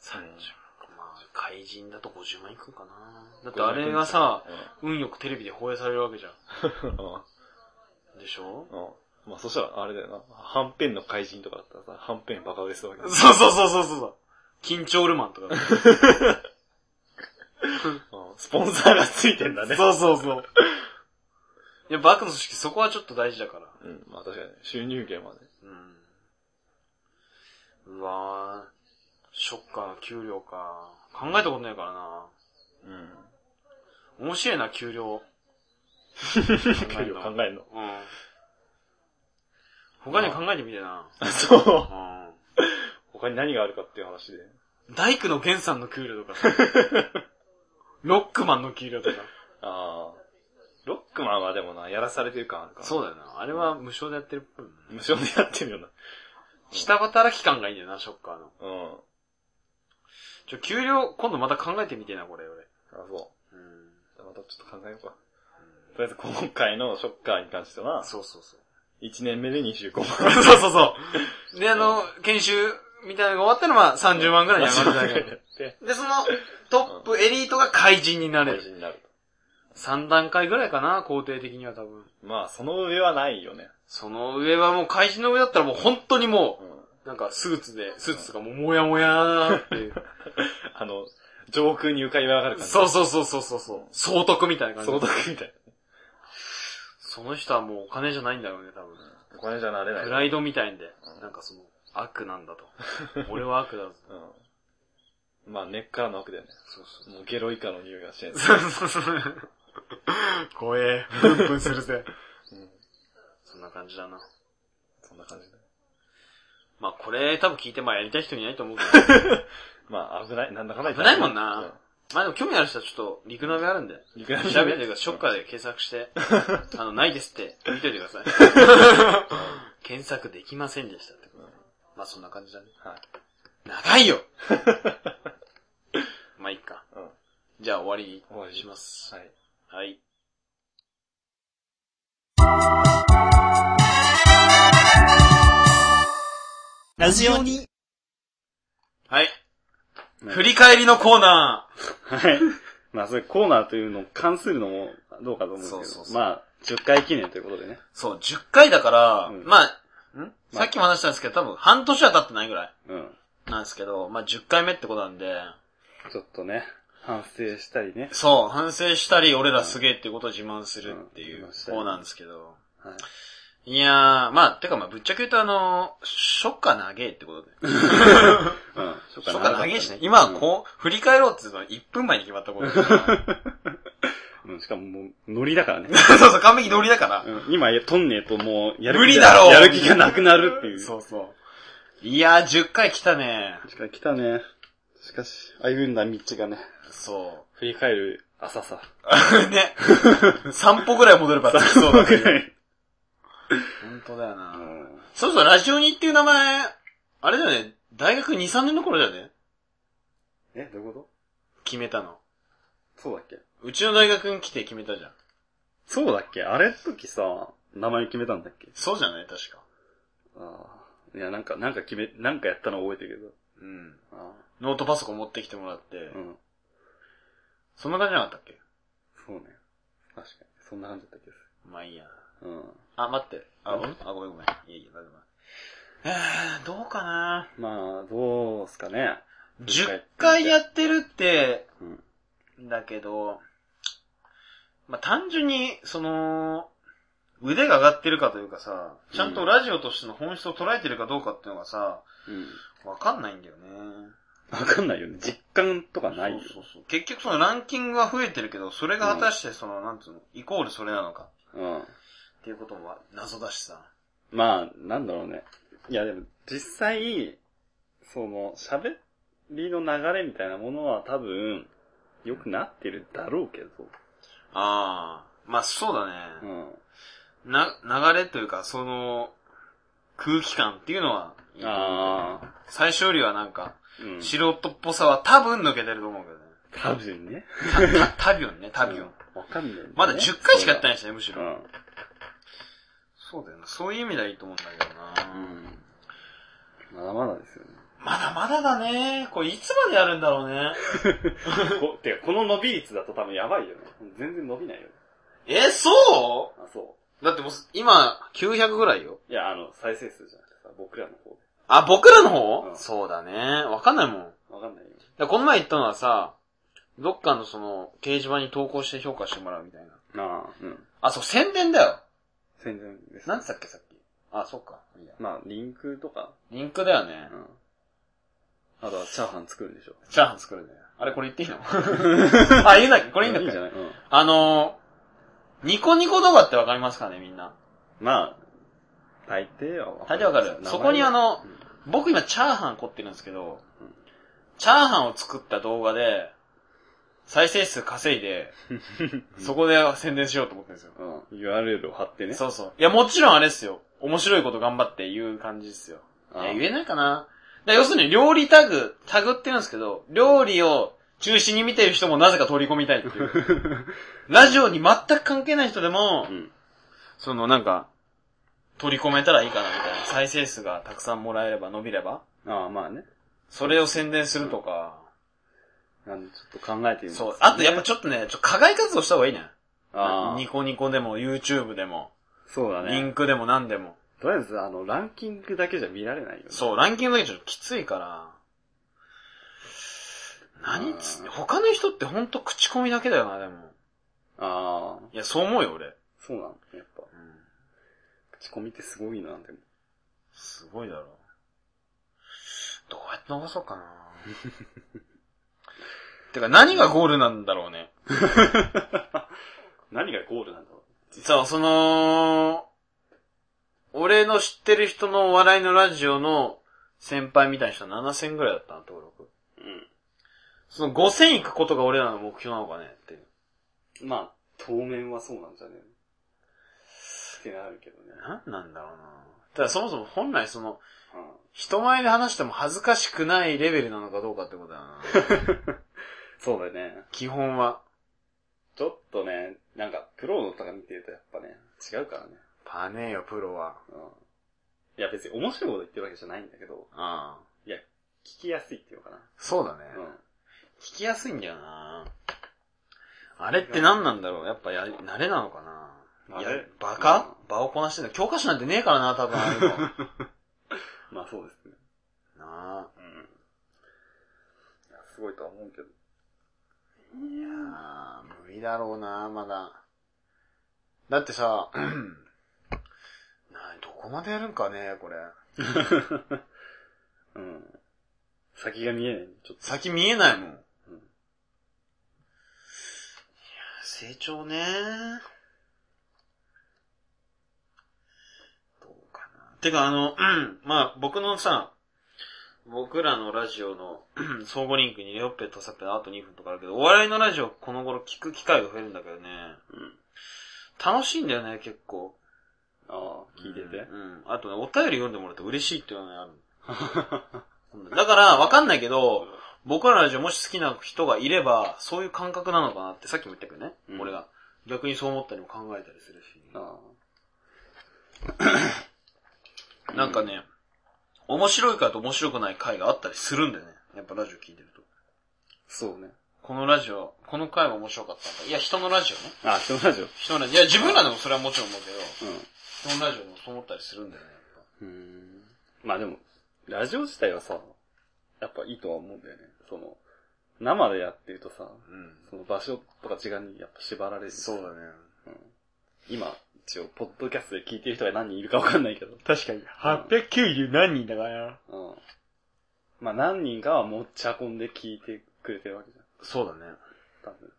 A: そうなんじ
B: まあ、怪人だと50万いくんかなだってあれがさ、運よくテレビで放映されるわけじゃ
A: うん。う
B: ん。
A: ん
B: でしょ
A: うん。まあそしたら、あれだよな。はんぺんの怪人とかだったらさ、はんぺんバカ売れするわけだ。
B: そうそうそうそうそう。緊張ルマンとか。
A: うんスポンサーがついてんだ ね。
B: そうそうそう。いや、バクの組織そこはちょっと大事だから。
A: うん。まあ確かに、収入源はね。
B: うん。うわぁ、ショッカーの給料か。 考えたことないからな
A: うん。
B: 面白いな、給料。
A: 考えるの。考えるの。
B: うん。他に考えてみてな。
A: そう。
B: うん。
A: 他に何があるかっていう話で。
B: 大工の源さんの給料とかさ。 ロックマンの給料とか。
A: ああ。ロックマンはでもな、やらされてる感あるから。
B: そうだよな。あれは無償でやってるっぽいもんね。
A: 無償でやってるよな。
B: 下働き感がいいんだよな、ショッカーの。
A: うん。あ、
B: ちょ、給料、今度また考えてみてえな、これ、俺。
A: そうう。じゃあまたちょっと考えようか。とりあえず今回のショッカーに関して
B: ん。
A: は、
B: そうそうそう。
A: 1年目で25 万。
B: そうそうそう。で、あの、研修みたいなのが終わったら、まあ、30万ぐらいに上がる だけ。
A: で、
B: で、その、トップ、エリートが怪人になれ
A: マ
B: る。
A: ジになる
B: 3段階ぐらいかな、肯定的には多分。
A: と。まあ、その上はないよね。
B: その上はもう怪人の上だったらもう本当にも
A: うん。
B: う、なんかスーツで、スーツとかもうもやもやーっていう。
A: あの、上空に浮かび上がる感じ。
B: そうそうそうそうそうそう。総督みたいな
A: 相
B: 感じ
A: 続。みたい
B: その人はもうお金じゃないんだろうね、多分。
A: な。お金じゃなれない。
B: プライドみたいんで
A: う。ん
B: なんかその、悪なん だと。俺は悪だぞ。
A: うん。まあ、根っからの奥だよね。
B: そうそう。
A: もうゲロ以下の匂いがしてる。
B: そうそうそう。怖え。プンプンするぜ。
A: うん。
B: そんな感じだな。
A: そんな感じだ。
B: まあこれ多分聞いてまあやりたい人いないと思うけど。
A: まあ、危ない。なんだかんだ言って
B: 危ないもんな。まあでも興味ある人はちょっと陸鍋あるんで。
A: うんいくら
B: 調べてください。ショッカーで検索して、あの、ないですって、見といてください。検索できませんでしたってことね。まあそんな感じだね。
A: はい。
B: 長いよまあいいか。
A: うん
B: じゃあ終わり
A: 終わり
B: にします。
A: はい。
B: はい。
D: ラジオに。
B: はい。振り返りのコーナ
D: はい。 まあ、それコーナーというの、関するのもどうかと思うんですけど、
B: そうそうそう
D: まあ、10回記念ということでね
B: ー。。そう、10回だから、
D: うん
B: まあ、
D: ま
B: さ
D: あ
B: っきも話したんですけど、多分半年は経ってないぐらい
D: うん。
B: なんですけど、まあ10回目ってことなんで、
D: ちょっとね、反省したりね。
B: そう、反省したり、俺らすげえってことを自慢するっていう
D: うん
B: 方なんですけど。
D: はい
B: やー、まあ、てかまあ、ぶっちゃけ言うとあのー、ショッカー長えってことで。
D: うん。そ
B: ショッカー長えしね。今はこう、振り返ろうっていうのは1分前に決まったことだ から。
D: うん、しかももう、ノリだからね。
B: そうそう、完璧通りだから。
D: うん、今、とんねえともう、やる気が
B: 無理だろう
D: やる気がなくなるっていう。
B: そうそう。いやー、10回来たね。
D: しか来たね。しかし、歩んだ道がね、
B: そ
A: 振り返る浅さ。
B: う。 ね。散歩ぐらい戻れば着きそう だけど。本当だよな。
D: うん
B: そうそう、ラジオにっていう名前、あれだよね、大学2、3年の頃だよね、
D: え、どういうこ
B: 決めたの。
D: とそうだっけ
B: うちの大学に来て決めたじゃん。
D: そうだっけあれの時さ、名前決めたんだっけ
B: そうじゃない確か。
D: ああ。いや、なんか、なんか決め、なんかやったの覚えてるけど。
B: うん。
D: あ
B: ノートパソコン持ってきてもらって、
D: あ。うん。
B: そんな感じじゃなかったっけ
D: そうね。確かに。そんな感じだった気がす
B: まあいいや。
D: る。うん。
B: あ、待って。あ、
D: うん
B: ごめんあ、ごめんごめん。いやいや、大丈夫。えー、 どうかな
D: まあ、どうすかね。
B: 10回やってるって、
D: うん。
B: だけど、まあ、単純に、その、腕が上がってるかというかさ、ちゃんとラジオとしての本質を捉えてるかどうかっていうのがさ、
D: うん。
B: わかんないんだよね。
D: わかんないよね。実感とかないよ。
B: そうそうそう結局そのランキングは増えてるけど、それが果たしてその、なんつうの、イコールそれなのか
D: うん。
B: っていうことも謎だしさ。
D: まあ、なんだろうね。いや、でも、実際、その、喋りの流れみたいなものは多分、良くなってるだろうけど。
B: ああ、まあそうだ
D: う
B: ね。
D: ん。
B: な、流れというか、その、空気感っていうのは、
D: ああ。
B: 最初よりはなんか、
D: うん。
B: 素人っぽさは多分抜けてると思うけどね。
D: 多分ね。
B: たたタビオンね、タビオン。
D: わかんない、ね。
B: まだ10回しかやって
D: い。
B: ないしね、むし
D: う
B: ろ。
D: ん。
B: そうだよな。そういう意味ではいいと思うんだけど
D: う
B: な。
D: ん。まだまだですよね。
B: まだまだだね。これいつまでやるんだろうね。
D: こ、てか、この伸び率だと多分やばいよね。全然伸びないよ。
B: え、そう
D: あ、そ
B: だってもうす、今、900ぐらいよ。
D: う。いや、あの、再生数じゃなくてさ、僕らの方で。
B: あ、僕らの方、
D: うん
B: そうだね。わかんないもん。だか
D: わかんないよ。
B: らこの前言ったのはさ、どっかのその、掲示板に投稿して評価してもらうみたいな。
D: ああ、うん。
B: あ、そう、宣伝だよ。
D: 全然です。
B: なんつったっけ、さっき。あ、そっか。いいや
D: まあ、リンクとか、
B: リンクだよね
D: う。ん。あとはチャーハン作るんでしょ。
B: チャーハン 作るね。あれ、これ言っていいのあ、言うんだっけこ
D: こ
B: れいいんだっ
D: いいん
B: け
D: じゃないうん。
B: あのー、ニコニコ動画ってわかりますかね、みんな。
A: まあ、大抵は
B: 大体わかる。そこにあ、の、僕今チャーハン凝ってるんですけど、チャーハンを作った動画で、再生数稼い で、そこで宣伝しようと思ってるんですよ。
A: うん、URL を貼ってね。
B: そうそう。いや、もちろんあれですよ。面白いこと頑張って言う感じですよ。い
A: あ
B: や、言えないかな。だから要するに料理タグ、タグって言うんですけど、料理を中心に見てる人もなぜか取り込みたいって いう。ラジオに全く関係ない人でも、
A: うん
B: そのなんか、取り込めたらいいかなみたいな。再生数がたくさんもらえれば伸びれば、
A: ああ、まあね。
B: それを宣伝するとか。
A: なんでちょっと考えてみます
B: そう。あとやっぱちょっとね、ちょっと課外活動した方がいいね。
A: ああ
B: ニ、コニコでも YouTube でも、
A: そうだ
B: リ
A: ね。
B: ンクでも何でも。
A: とりあえず、あの、ランキングだけじゃ見られないよね。
B: そう、ランキングだけちょっときついから。何つ
A: うん
B: 他の人ってほんと口コミだけだよな、でも。
A: ああ、
B: いや、そう思うよ、俺。
A: そうなの、やっぱ。口コミってすごいな、でも。
B: すごいだろ。どうやって流 そうかな。てか、何がゴールなんだろうね。
A: 何がゴールなんだろ
B: そう、その、俺の知ってる人のお笑いのラジオの先輩みたいな人は7000ぐらいだったな、登録。
A: う。う
B: その5000行くことが俺らの目標なのかねっていう。
A: ん。まあ、当面はそうなんじゃねえのってなるけどね。
B: なんなんだろうな。ただそもそも本来その、
A: うん。
B: 人前で話しても恥ずかしくないレベルなのかどうかってことだ な。
A: そうだよね。
B: 基本は。
A: ちょっとね、なんか、プロのとか見てるとやっぱね、違うからね。
B: パネーよ、プロは。
A: うん。いや、別に面白いこと言ってるわけじゃないんだけど、
B: ああ。
A: 聞きやすいっていうのかな。
B: そうだね。
A: うん。
B: 聞きやすいんだよな。あれって何なんだろうやっぱや、慣れなのかな
A: あ
B: いや
A: れ、
B: バカ、場をこなしてんだ。教科書なんてねえからな、多分ああいう の。な
A: まあそうですね。
B: あ。
A: うん。いやすごいとは思うけど。
B: いやー、無理だろうな、まだ。だってさ、 などこまでやるんかね、これ。
A: うん。先が見えない。ちょっ
B: 先見えないもん。いや
A: うん
B: 成長ね。どうかな。てか、あの、うんまあ、僕のさ、僕らのラジオのうん相互リンクにレオッペとサッペのあと2分とかあるけど、お笑いのラジオこの頃聞く機会が増えるんだけどね。楽しいんだよね、結構。
A: と、ああ、聞いてて。
B: うん。あとね、お便り読んでもらうと嬉しいっていうのがある。だから、わかんないけど、僕らのラジオもし好きな人がいれば、そういう感覚なのかなって、さっきも言ったけどね、
A: うん
B: 俺が。逆にそう思ったりも考えたりするし。
A: あ
B: なんかね、面白い回と面白くない回があったりするんだよね。やっぱラジオ聞いてると。
A: そうね。
B: このラジオ、この回が面白かったんだ。いや、人のラジオね。
A: あ、人のラジオ。
B: 人のラジオ。いや、自分らでもそれはもちろん思うけど、
A: う
B: 人のラジオでもそう思ったりするんだよね。やっ
A: ん。うん。まあでも、ラジオ自体はさ、やっぱいいとは思うんだよね。その、生でやってるとさ、
B: ぱうん。
A: その場所とか時間にやっぱ縛られる。
B: そうだね。
A: 今、一応、ポッドキャストで聞いてる人が何人いるかわかんないけど。
B: 確かに、890何人だから。
A: うん。まあ何人かは持ち運んで聞いてくれてるわけじゃん。
B: そうだね。
A: 多分。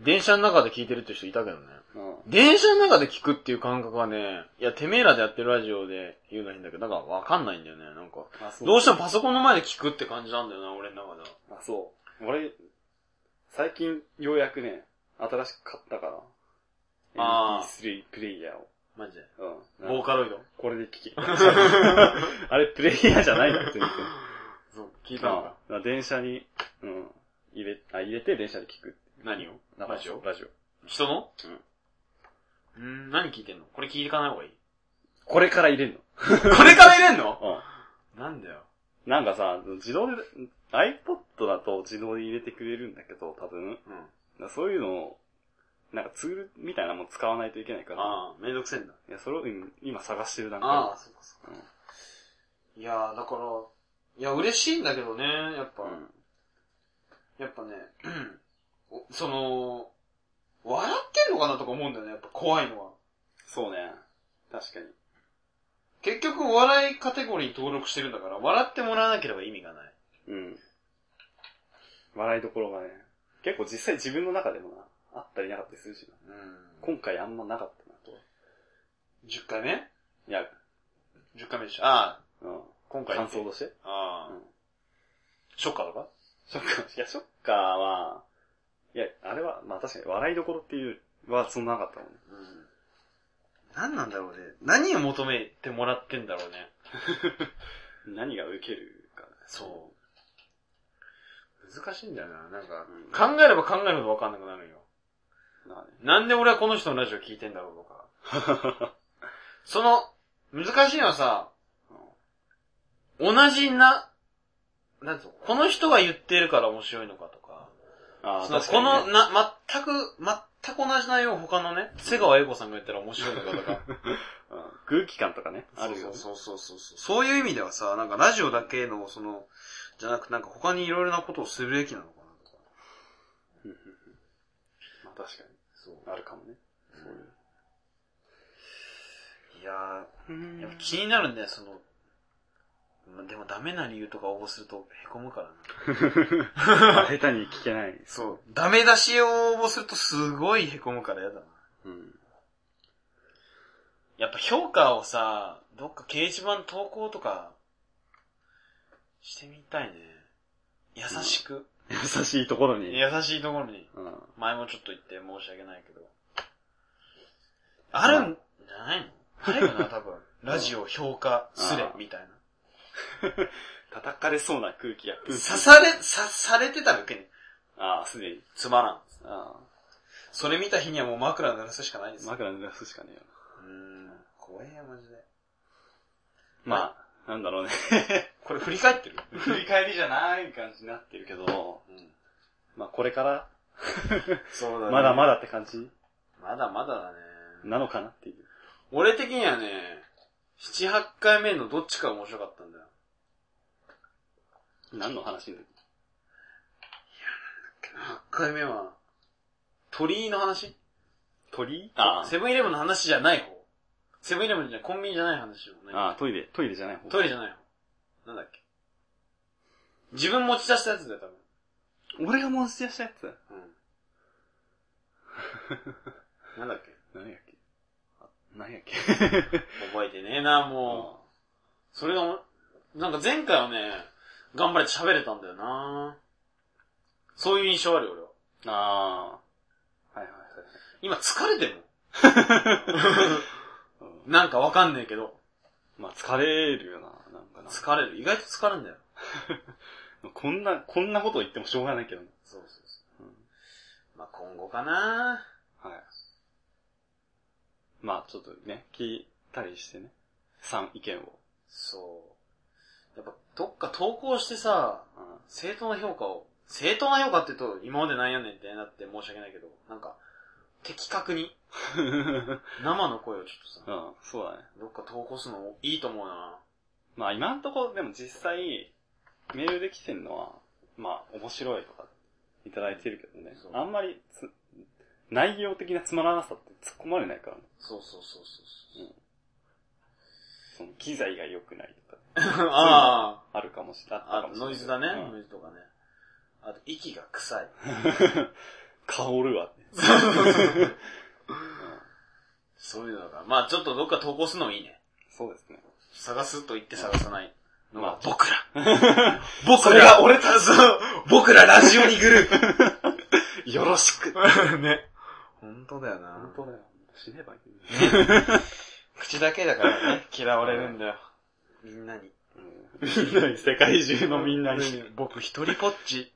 B: 電車の中で聞いてるって人いたけどね。
A: うん。
B: 電車の中で聞くっていう感覚はね、いや、てめえらでやってるラジオで言うのは変だけど、なんかわかんないんだよね、なんか。
A: あ、そう。
B: どうしてもパソコンの前で聞くって感じなんだよな、俺の中では。
A: あ、そう。俺、最近、ようやくね、新しく買ったから。
B: あ
A: MP3 プレイヤーを。
B: マジで。
A: うん。
B: ボーカロイド。
A: これで聞 け。あれ、プレイヤーじゃないの全然。
B: そう、聞いたの
A: あ
B: か。
A: あ電車に、うん。入れ、あ、入れて電車で聞く。
B: 何を
A: なんか
B: ラジオ
A: ラジオ。
B: 人のうん。ん、何聞いてんのこれ聞いていかない 方がいい。
A: これから入れん
B: これから入れんの
A: の。
B: なんだよ。
A: うん。なんかさ、自動で、iPod だと自動で入れてくれるんだけど、多分。
B: うん。
A: そういうのを、なんかツールみたいなもん使わないといけないから。
B: ああ、めんどくせえんだ。
A: いや、それをうん今探してる段階
B: ああ、そうかそうか
A: うん。
B: いやー、だから、いや、嬉しいんだけどね、やっぱ。
A: うん
B: やっぱね、 おその、笑ってんのかなとか思うんだよね、やっぱ怖いのは。
A: そうね。確かに。
B: 結局お笑いカテゴリーに登録してるんだから、笑ってもらわなければ意味がない。
A: うん。笑いどころがね。結構実際自分の中でもな、あったりなかったりするしな。
B: うん。
A: 今回あんまなかったなと。
B: 10回目
A: いや、
B: ?10 回目でしょ。ああ、
A: うん。
B: 今回。
A: 感想として
B: ああ、
A: うん
B: ショッカーとか
A: ショッカー、いや、ショッカーは、いや、あれは、まあ確かに笑いどころっていうは、そんななかったもんね。
B: うん。何なんだろうね。何を求めてもらってんだろうね。
A: 何が受けるか。
B: そう。難しいんだよな。なんか、
A: うん
B: 考えれば考えるほどわかんなくなるよ。
A: まあね。
B: なんで俺はこの人のラジオ聞いてんだろうとか。 その、難しいのはさ、同じな、なんつうの、この人が言ってるから面白いのかとか、
A: ああ、
B: その
A: 確かに、
B: この、
A: ね。
B: な、全く、全く同じ内容を他のね、瀬川栄子さんが言ったら面白いのかとか、
A: この、うん、空気感とかね、 あ
B: あ
A: る
B: る
A: よ
B: よ。
A: ね。
B: そうそうそうそう。そういう意味ではさ、なんかラジオだけの、その、じゃなくてなんか他にいろいろなことをするべきなのかなとか。
A: まあ確か
B: そう。
A: に。あるかもね。そういう。
B: いやー、やっぱ
A: う
B: 気になるね、その、までもダメな理由とか応募すると凹むからな。
A: 下手に聞けない。
B: そう。ダメ出しを応募するとすごい凹むからやだな。
A: うん。
B: やっぱ評価をさ、どっか掲示板投稿とか、してみたいね。優しく。
A: 優しいところに。
B: 優しいところに。
A: うん。
B: 前もちょっと言って申し訳ないけど。あるんじゃないのあるよな、多分。ラジオ評価すれ
A: あ、ー
B: みたいな。
A: 叩かれそうな空気や空
B: 刺
A: 気。
B: され、刺されてたわけね。
A: ああ、すでに。
B: つまらん。
A: あ
B: それ見た日にはもう枕濡らすしかないで
A: あ。
B: す。う
A: 枕濡らすしかねえよな。
B: ーん。怖えよ、マジで。
A: まあ、なんだろうね。
B: これ 振り返ってる
A: 振り返りじゃない感じになってるけど、まあこれから、
B: そうだ
A: まだま
B: だ。
A: だって感じ
B: まだまだだね。
A: なのかなっていう。
B: 俺的にはね、7、8回目のどっちかが面白かったんだよ。
A: 何の話の時
B: 8回目は、鳥居の話
A: 鳥あ
B: セブンイレブンの話じゃない方。セブンイレブンじゃない、コンビニじゃない話を
A: あ、
B: ね。
A: ああ、トイレ、トイレじゃない方。
B: トイレじゃない方。なんだっけ。自分持ち出したやつだよ、多分。
A: 俺がモンステしたやつ
B: うん。なんだっけ
A: 何やっけあ何や っけ
B: 覚えてねえな、もう。それがお、なんか前回はね、頑張れて喋れたんだよなそういう印象あるよ、俺は。
A: ああ。はいはいはい。
B: 今疲れて るもん。なんかわかんねえけど、
A: まあ疲れるよな、なんかな。
B: 疲れる。意外と疲れんだよ。
A: こんな、こんなこと言ってもしょうがないけどね。
B: そうそうそう
A: うん
B: まあ今後かな
A: はい。まあちょっとね、聞いたりしてね。3意見を。
B: そう。やっぱどっか投稿してさ、
A: うん
B: 正当な評価を、正当な評価って言うと今までなんやねんってなって申し訳ないけど、なんか、的確に生の声をちょっとさ、
A: うん、そうだね。
B: どっか投稿するのいいと思うな
A: まあ今んとこ、でも実際、メールで来てんのは、まあ面白いとか、いただいてるけどね
B: そ。う
A: あんまりつ、内容的なつまらなさって突っ込まれないからね。
B: そうそうそうそうそう。
A: その機材が良くないとか、
B: あ
A: あるかもしれない。
B: あ、
A: った
B: あ
A: かもしれない
B: ノイズだね、
A: うん
B: ノイズとかね。あと、息が臭い。
A: 香るわって。
B: そういうのが。まあちょっとどっか投稿するのもいいね。
A: そうですね。
B: 探すと言って探さない。の
A: ま
B: が
A: あ
B: 僕ら。僕らが俺たちの、僕らラジオにグループ。 よろしく。 ね。本当だよな
A: 本当だよ。死ねばいい。
B: 口だけだからね、 嫌われるんだよ。みんなに。
A: みん なに、世界中のみんなに。
B: 僕一人ぽっち。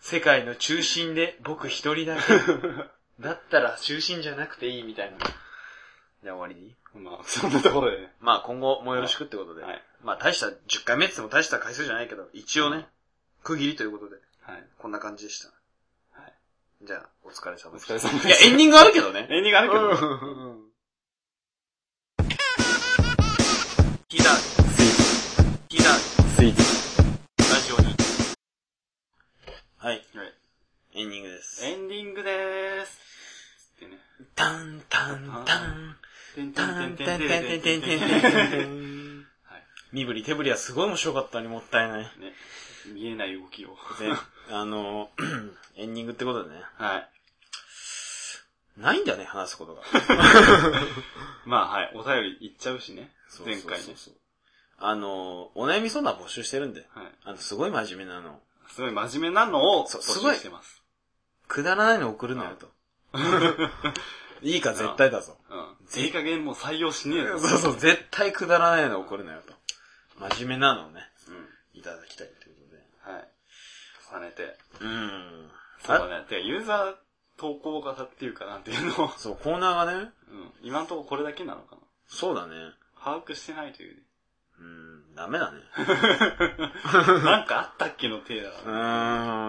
B: 世界の中心で僕一人だけ。 だったら中心じゃなくていいみたいな。じゃあ終わりに
A: まあ、そんなところでね。
B: まあ今後もよろしくってことで。
A: はい。
B: まあ大した、10回目って言っても大した回数じゃないけど、一応ね、区切りということで、
A: はい。
B: こんな感じでした。
A: はい。
B: じゃあ、お疲れ
A: お
B: 様でし
A: 疲れ様
B: た。い
A: で
B: や、
A: す。
B: エンディングあるけどね。
A: エンディングあるけど。
B: ひだ、
A: スイーツ、
B: ひだ、
A: スイーツ。
B: ラジオに。はい。エンディングです。
A: エンディングでーす。ってね。
B: タンタンタン。
A: てんて
B: タ
A: ん
B: ン
A: て
B: タ
A: ん
B: ン
A: て
B: タン
A: ん
B: タ
A: て
B: ン
A: ん
B: タ
A: て
B: ンタ
A: んて
B: ン
A: ん
B: タン
A: て
B: タ
A: ん。
B: ン。身振り手振りはすごい面白かったのにもったいない。
A: ね。見えない動きを。
B: で、あの、エンディングってことでね。
A: はい。
B: ないんだよね、話すことが。
A: まあはい、お便りいっちゃうしね。前回
B: そ
A: ね
B: うそうそう。あの、お悩み相談募集してるんで。
A: はい。
B: あの、すごい真面目なの。
A: すごい真面目なのを
B: そう
A: 募
B: すごい
A: 集してます。
B: くだらないの送るなよと。いいか、絶対だぞ。
A: うん。いい加減もう採用しねえ
B: そ
A: ぞ。
B: うそう、絶対くだらないの送るなよと。真面目なのをね、
A: うん。
B: いただきたいということで。
A: はい。重ねて。
B: うん。
A: そうだね。てか、ユーザー投稿型っていうかなんていうのを
B: そう、コーナーがね、
A: うん。今んとここれだけなのかな。
B: そうだね。
A: 把握してないというね。
B: うん、ダメだ ね。
A: なんかあったっけの手だな。
B: う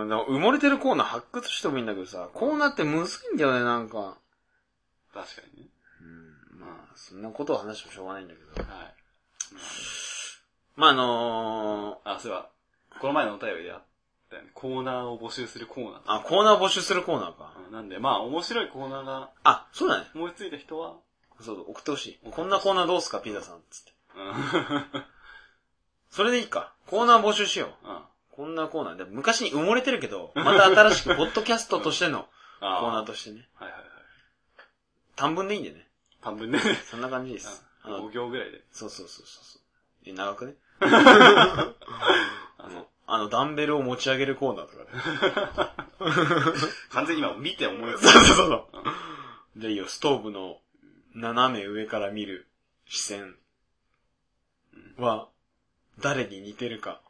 B: ーん、でも埋もれてるコーナー発掘してもいいんだけどさ、コーナーってむずいんだよね、なんか。
A: 確かにね。
B: うん、まあ、そんなことを話してもしょうがないんだけど。
A: はい。
B: まあ、あの
A: あ、そういえば、この前のお便りであったよね。コーナーを募集するコーナ
B: ー、
A: ー
B: あ、コーナー募集するコーナーか。
A: うん。なんで、まあ、面白いコーナーが
B: あ、そうだね。
A: 思いついた人は、
B: そうそう、送ってほしい。こんなコーナーどうすか、ピザさん。つって。
A: うん。
B: それでいいか。コーナー募集しよう。
A: うん。
B: こんなコーナー。でも昔に埋もれてるけど、また新しく、ポッドキャストとしてのコーナー
A: あ
B: としてね。
A: あ。はいはいはい。
B: 短文でいいんでね。
A: 半分 ね。
B: そんな感じです。あの
A: 5行ぐらいで。
B: そうそうそうそうそう。え、長くね あの、あの、ダンベルを持ち上げるコーナーとかね。
A: 完全に今見て思いつい
B: そうそうそうそう。じゃあいいよ、ストーブの斜め上から見る視線は誰に似てるか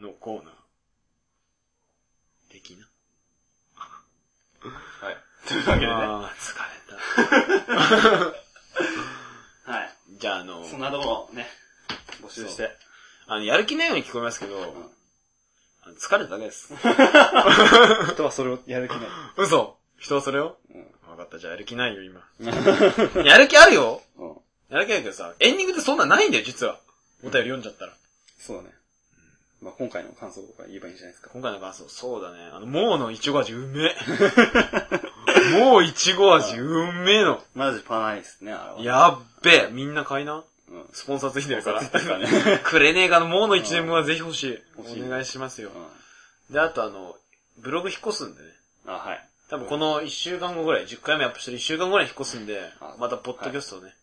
B: のコーナー。的な。
A: た。はい。 というわけでね。
B: あ
A: は
B: ー疲れ
A: い。
B: た。じゃああの、
A: そんなところね、募集して。
B: あの、やる気ないように聞こえますけど、あの疲れただけです。
A: 人はそれをやる気ない。
B: 嘘人はそれを
A: うん
B: 分かった、じゃあやる気ないよ、今。やる気あるよ
A: うん。
B: やる気あるけどさ、エンディングってそんなんないんだよ、実は。お便り読んじゃったら。
A: そうだね。まあ今回の感想とか言えばいいんじゃないですか。
B: 今回の感想、そうだね。あの、もうのいちご味、う めえ。もういちご味、うめえの。
A: マジパないですね、あれは。、
B: やっべえ。みんな買いな。
A: うん。
B: スポンサーついてるか
A: そう
B: ら
A: で。すかね。
B: くれねえかの、もうの一年分はぜひ欲しい。
A: 欲しい
B: お願いしますよ。
A: う
B: で、あとあの、ブログ引っ越すんでね。
A: ん。あ、はい。
B: 多分この1週間後ぐらい、10回目アップしてる1週間後ぐらいに引っ越すんで
A: あ、
B: またポッドキャストをね、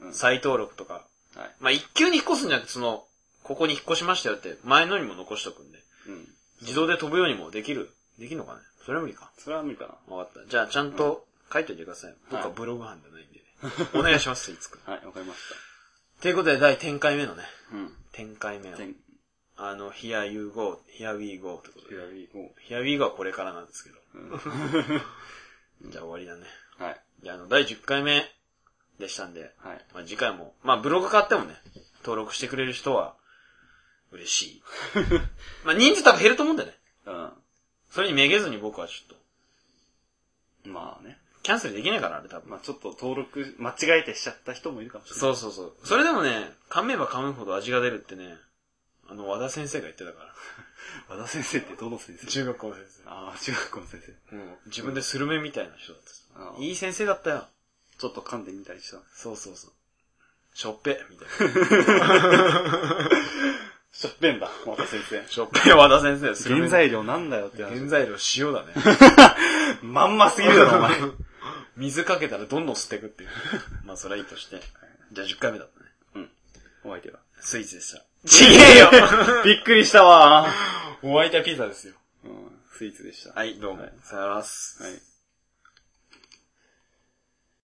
A: うん
B: 再登録とか。
A: はい
B: まあ、一級に引っ越すんじゃなくて、その、ここに引っ越しましたよって、前のにも残しとくんで。
A: うん。
B: 自動で飛ぶようにもできる。できるのかねそれは無理か。
A: それは無理か
B: わかった。じゃあ、ちゃんと書いておいてください。僕はブログ班じゃないんで、お願いします、いつか。
A: な。はい、わかりまし
B: ということで、第10回目のね、
A: た。うん。
B: 10回目の
A: て、ん、
B: あの、Here You Go, Here We Go ってことで。
A: Here we go.
B: Here We Go はこれからなんですけど。じゃあ終わりだね。
A: はい。
B: じゃあ、あの、第10回目でしたんで、
A: はい。
B: まあ、次回も、まあ、ブログ買ってもね、登録してくれる人は、嬉し い。まあ、人数多分減ると思うんだよね。それにめげずに僕はちょっと、
A: うん。まあね。
B: キャンセルできないから、あれ多分。
A: まあちょっと登録、間違えてしちゃった人もいるかもしれない。
B: そうそうそう。それでもね、噛めば噛むほど味が出るってね、あの、和田先生が言ってたから。
A: 和田先生ってどの先生
B: 中学校の先
A: ああ、中学校の先生。
B: 生。うん。自分でスルメみたいな人だった
A: あ。あ
B: いい先生だったよ。
A: ちょっと噛んでみたり した。
B: そうそうそう。しょっぺ、みたい な。
A: しょっぺんだ、和田先生。
B: しょっぺ、和田先生、スルメ。
A: 原材料なんだよって話
B: 原。材料塩だね。
A: まんますぎるだろ、お前。
B: 水かけたらどんどん吸ってくっていう。まあ、それはいいとして。じゃあ10回目だったね。
A: お相手は。
B: スイーツでした。ちげえ よ
A: びっくりしたわ
B: お相手はピザですよ。
A: うん、スイーツでした。
B: はい、どうも。
A: はい
B: さよならっす。
A: はい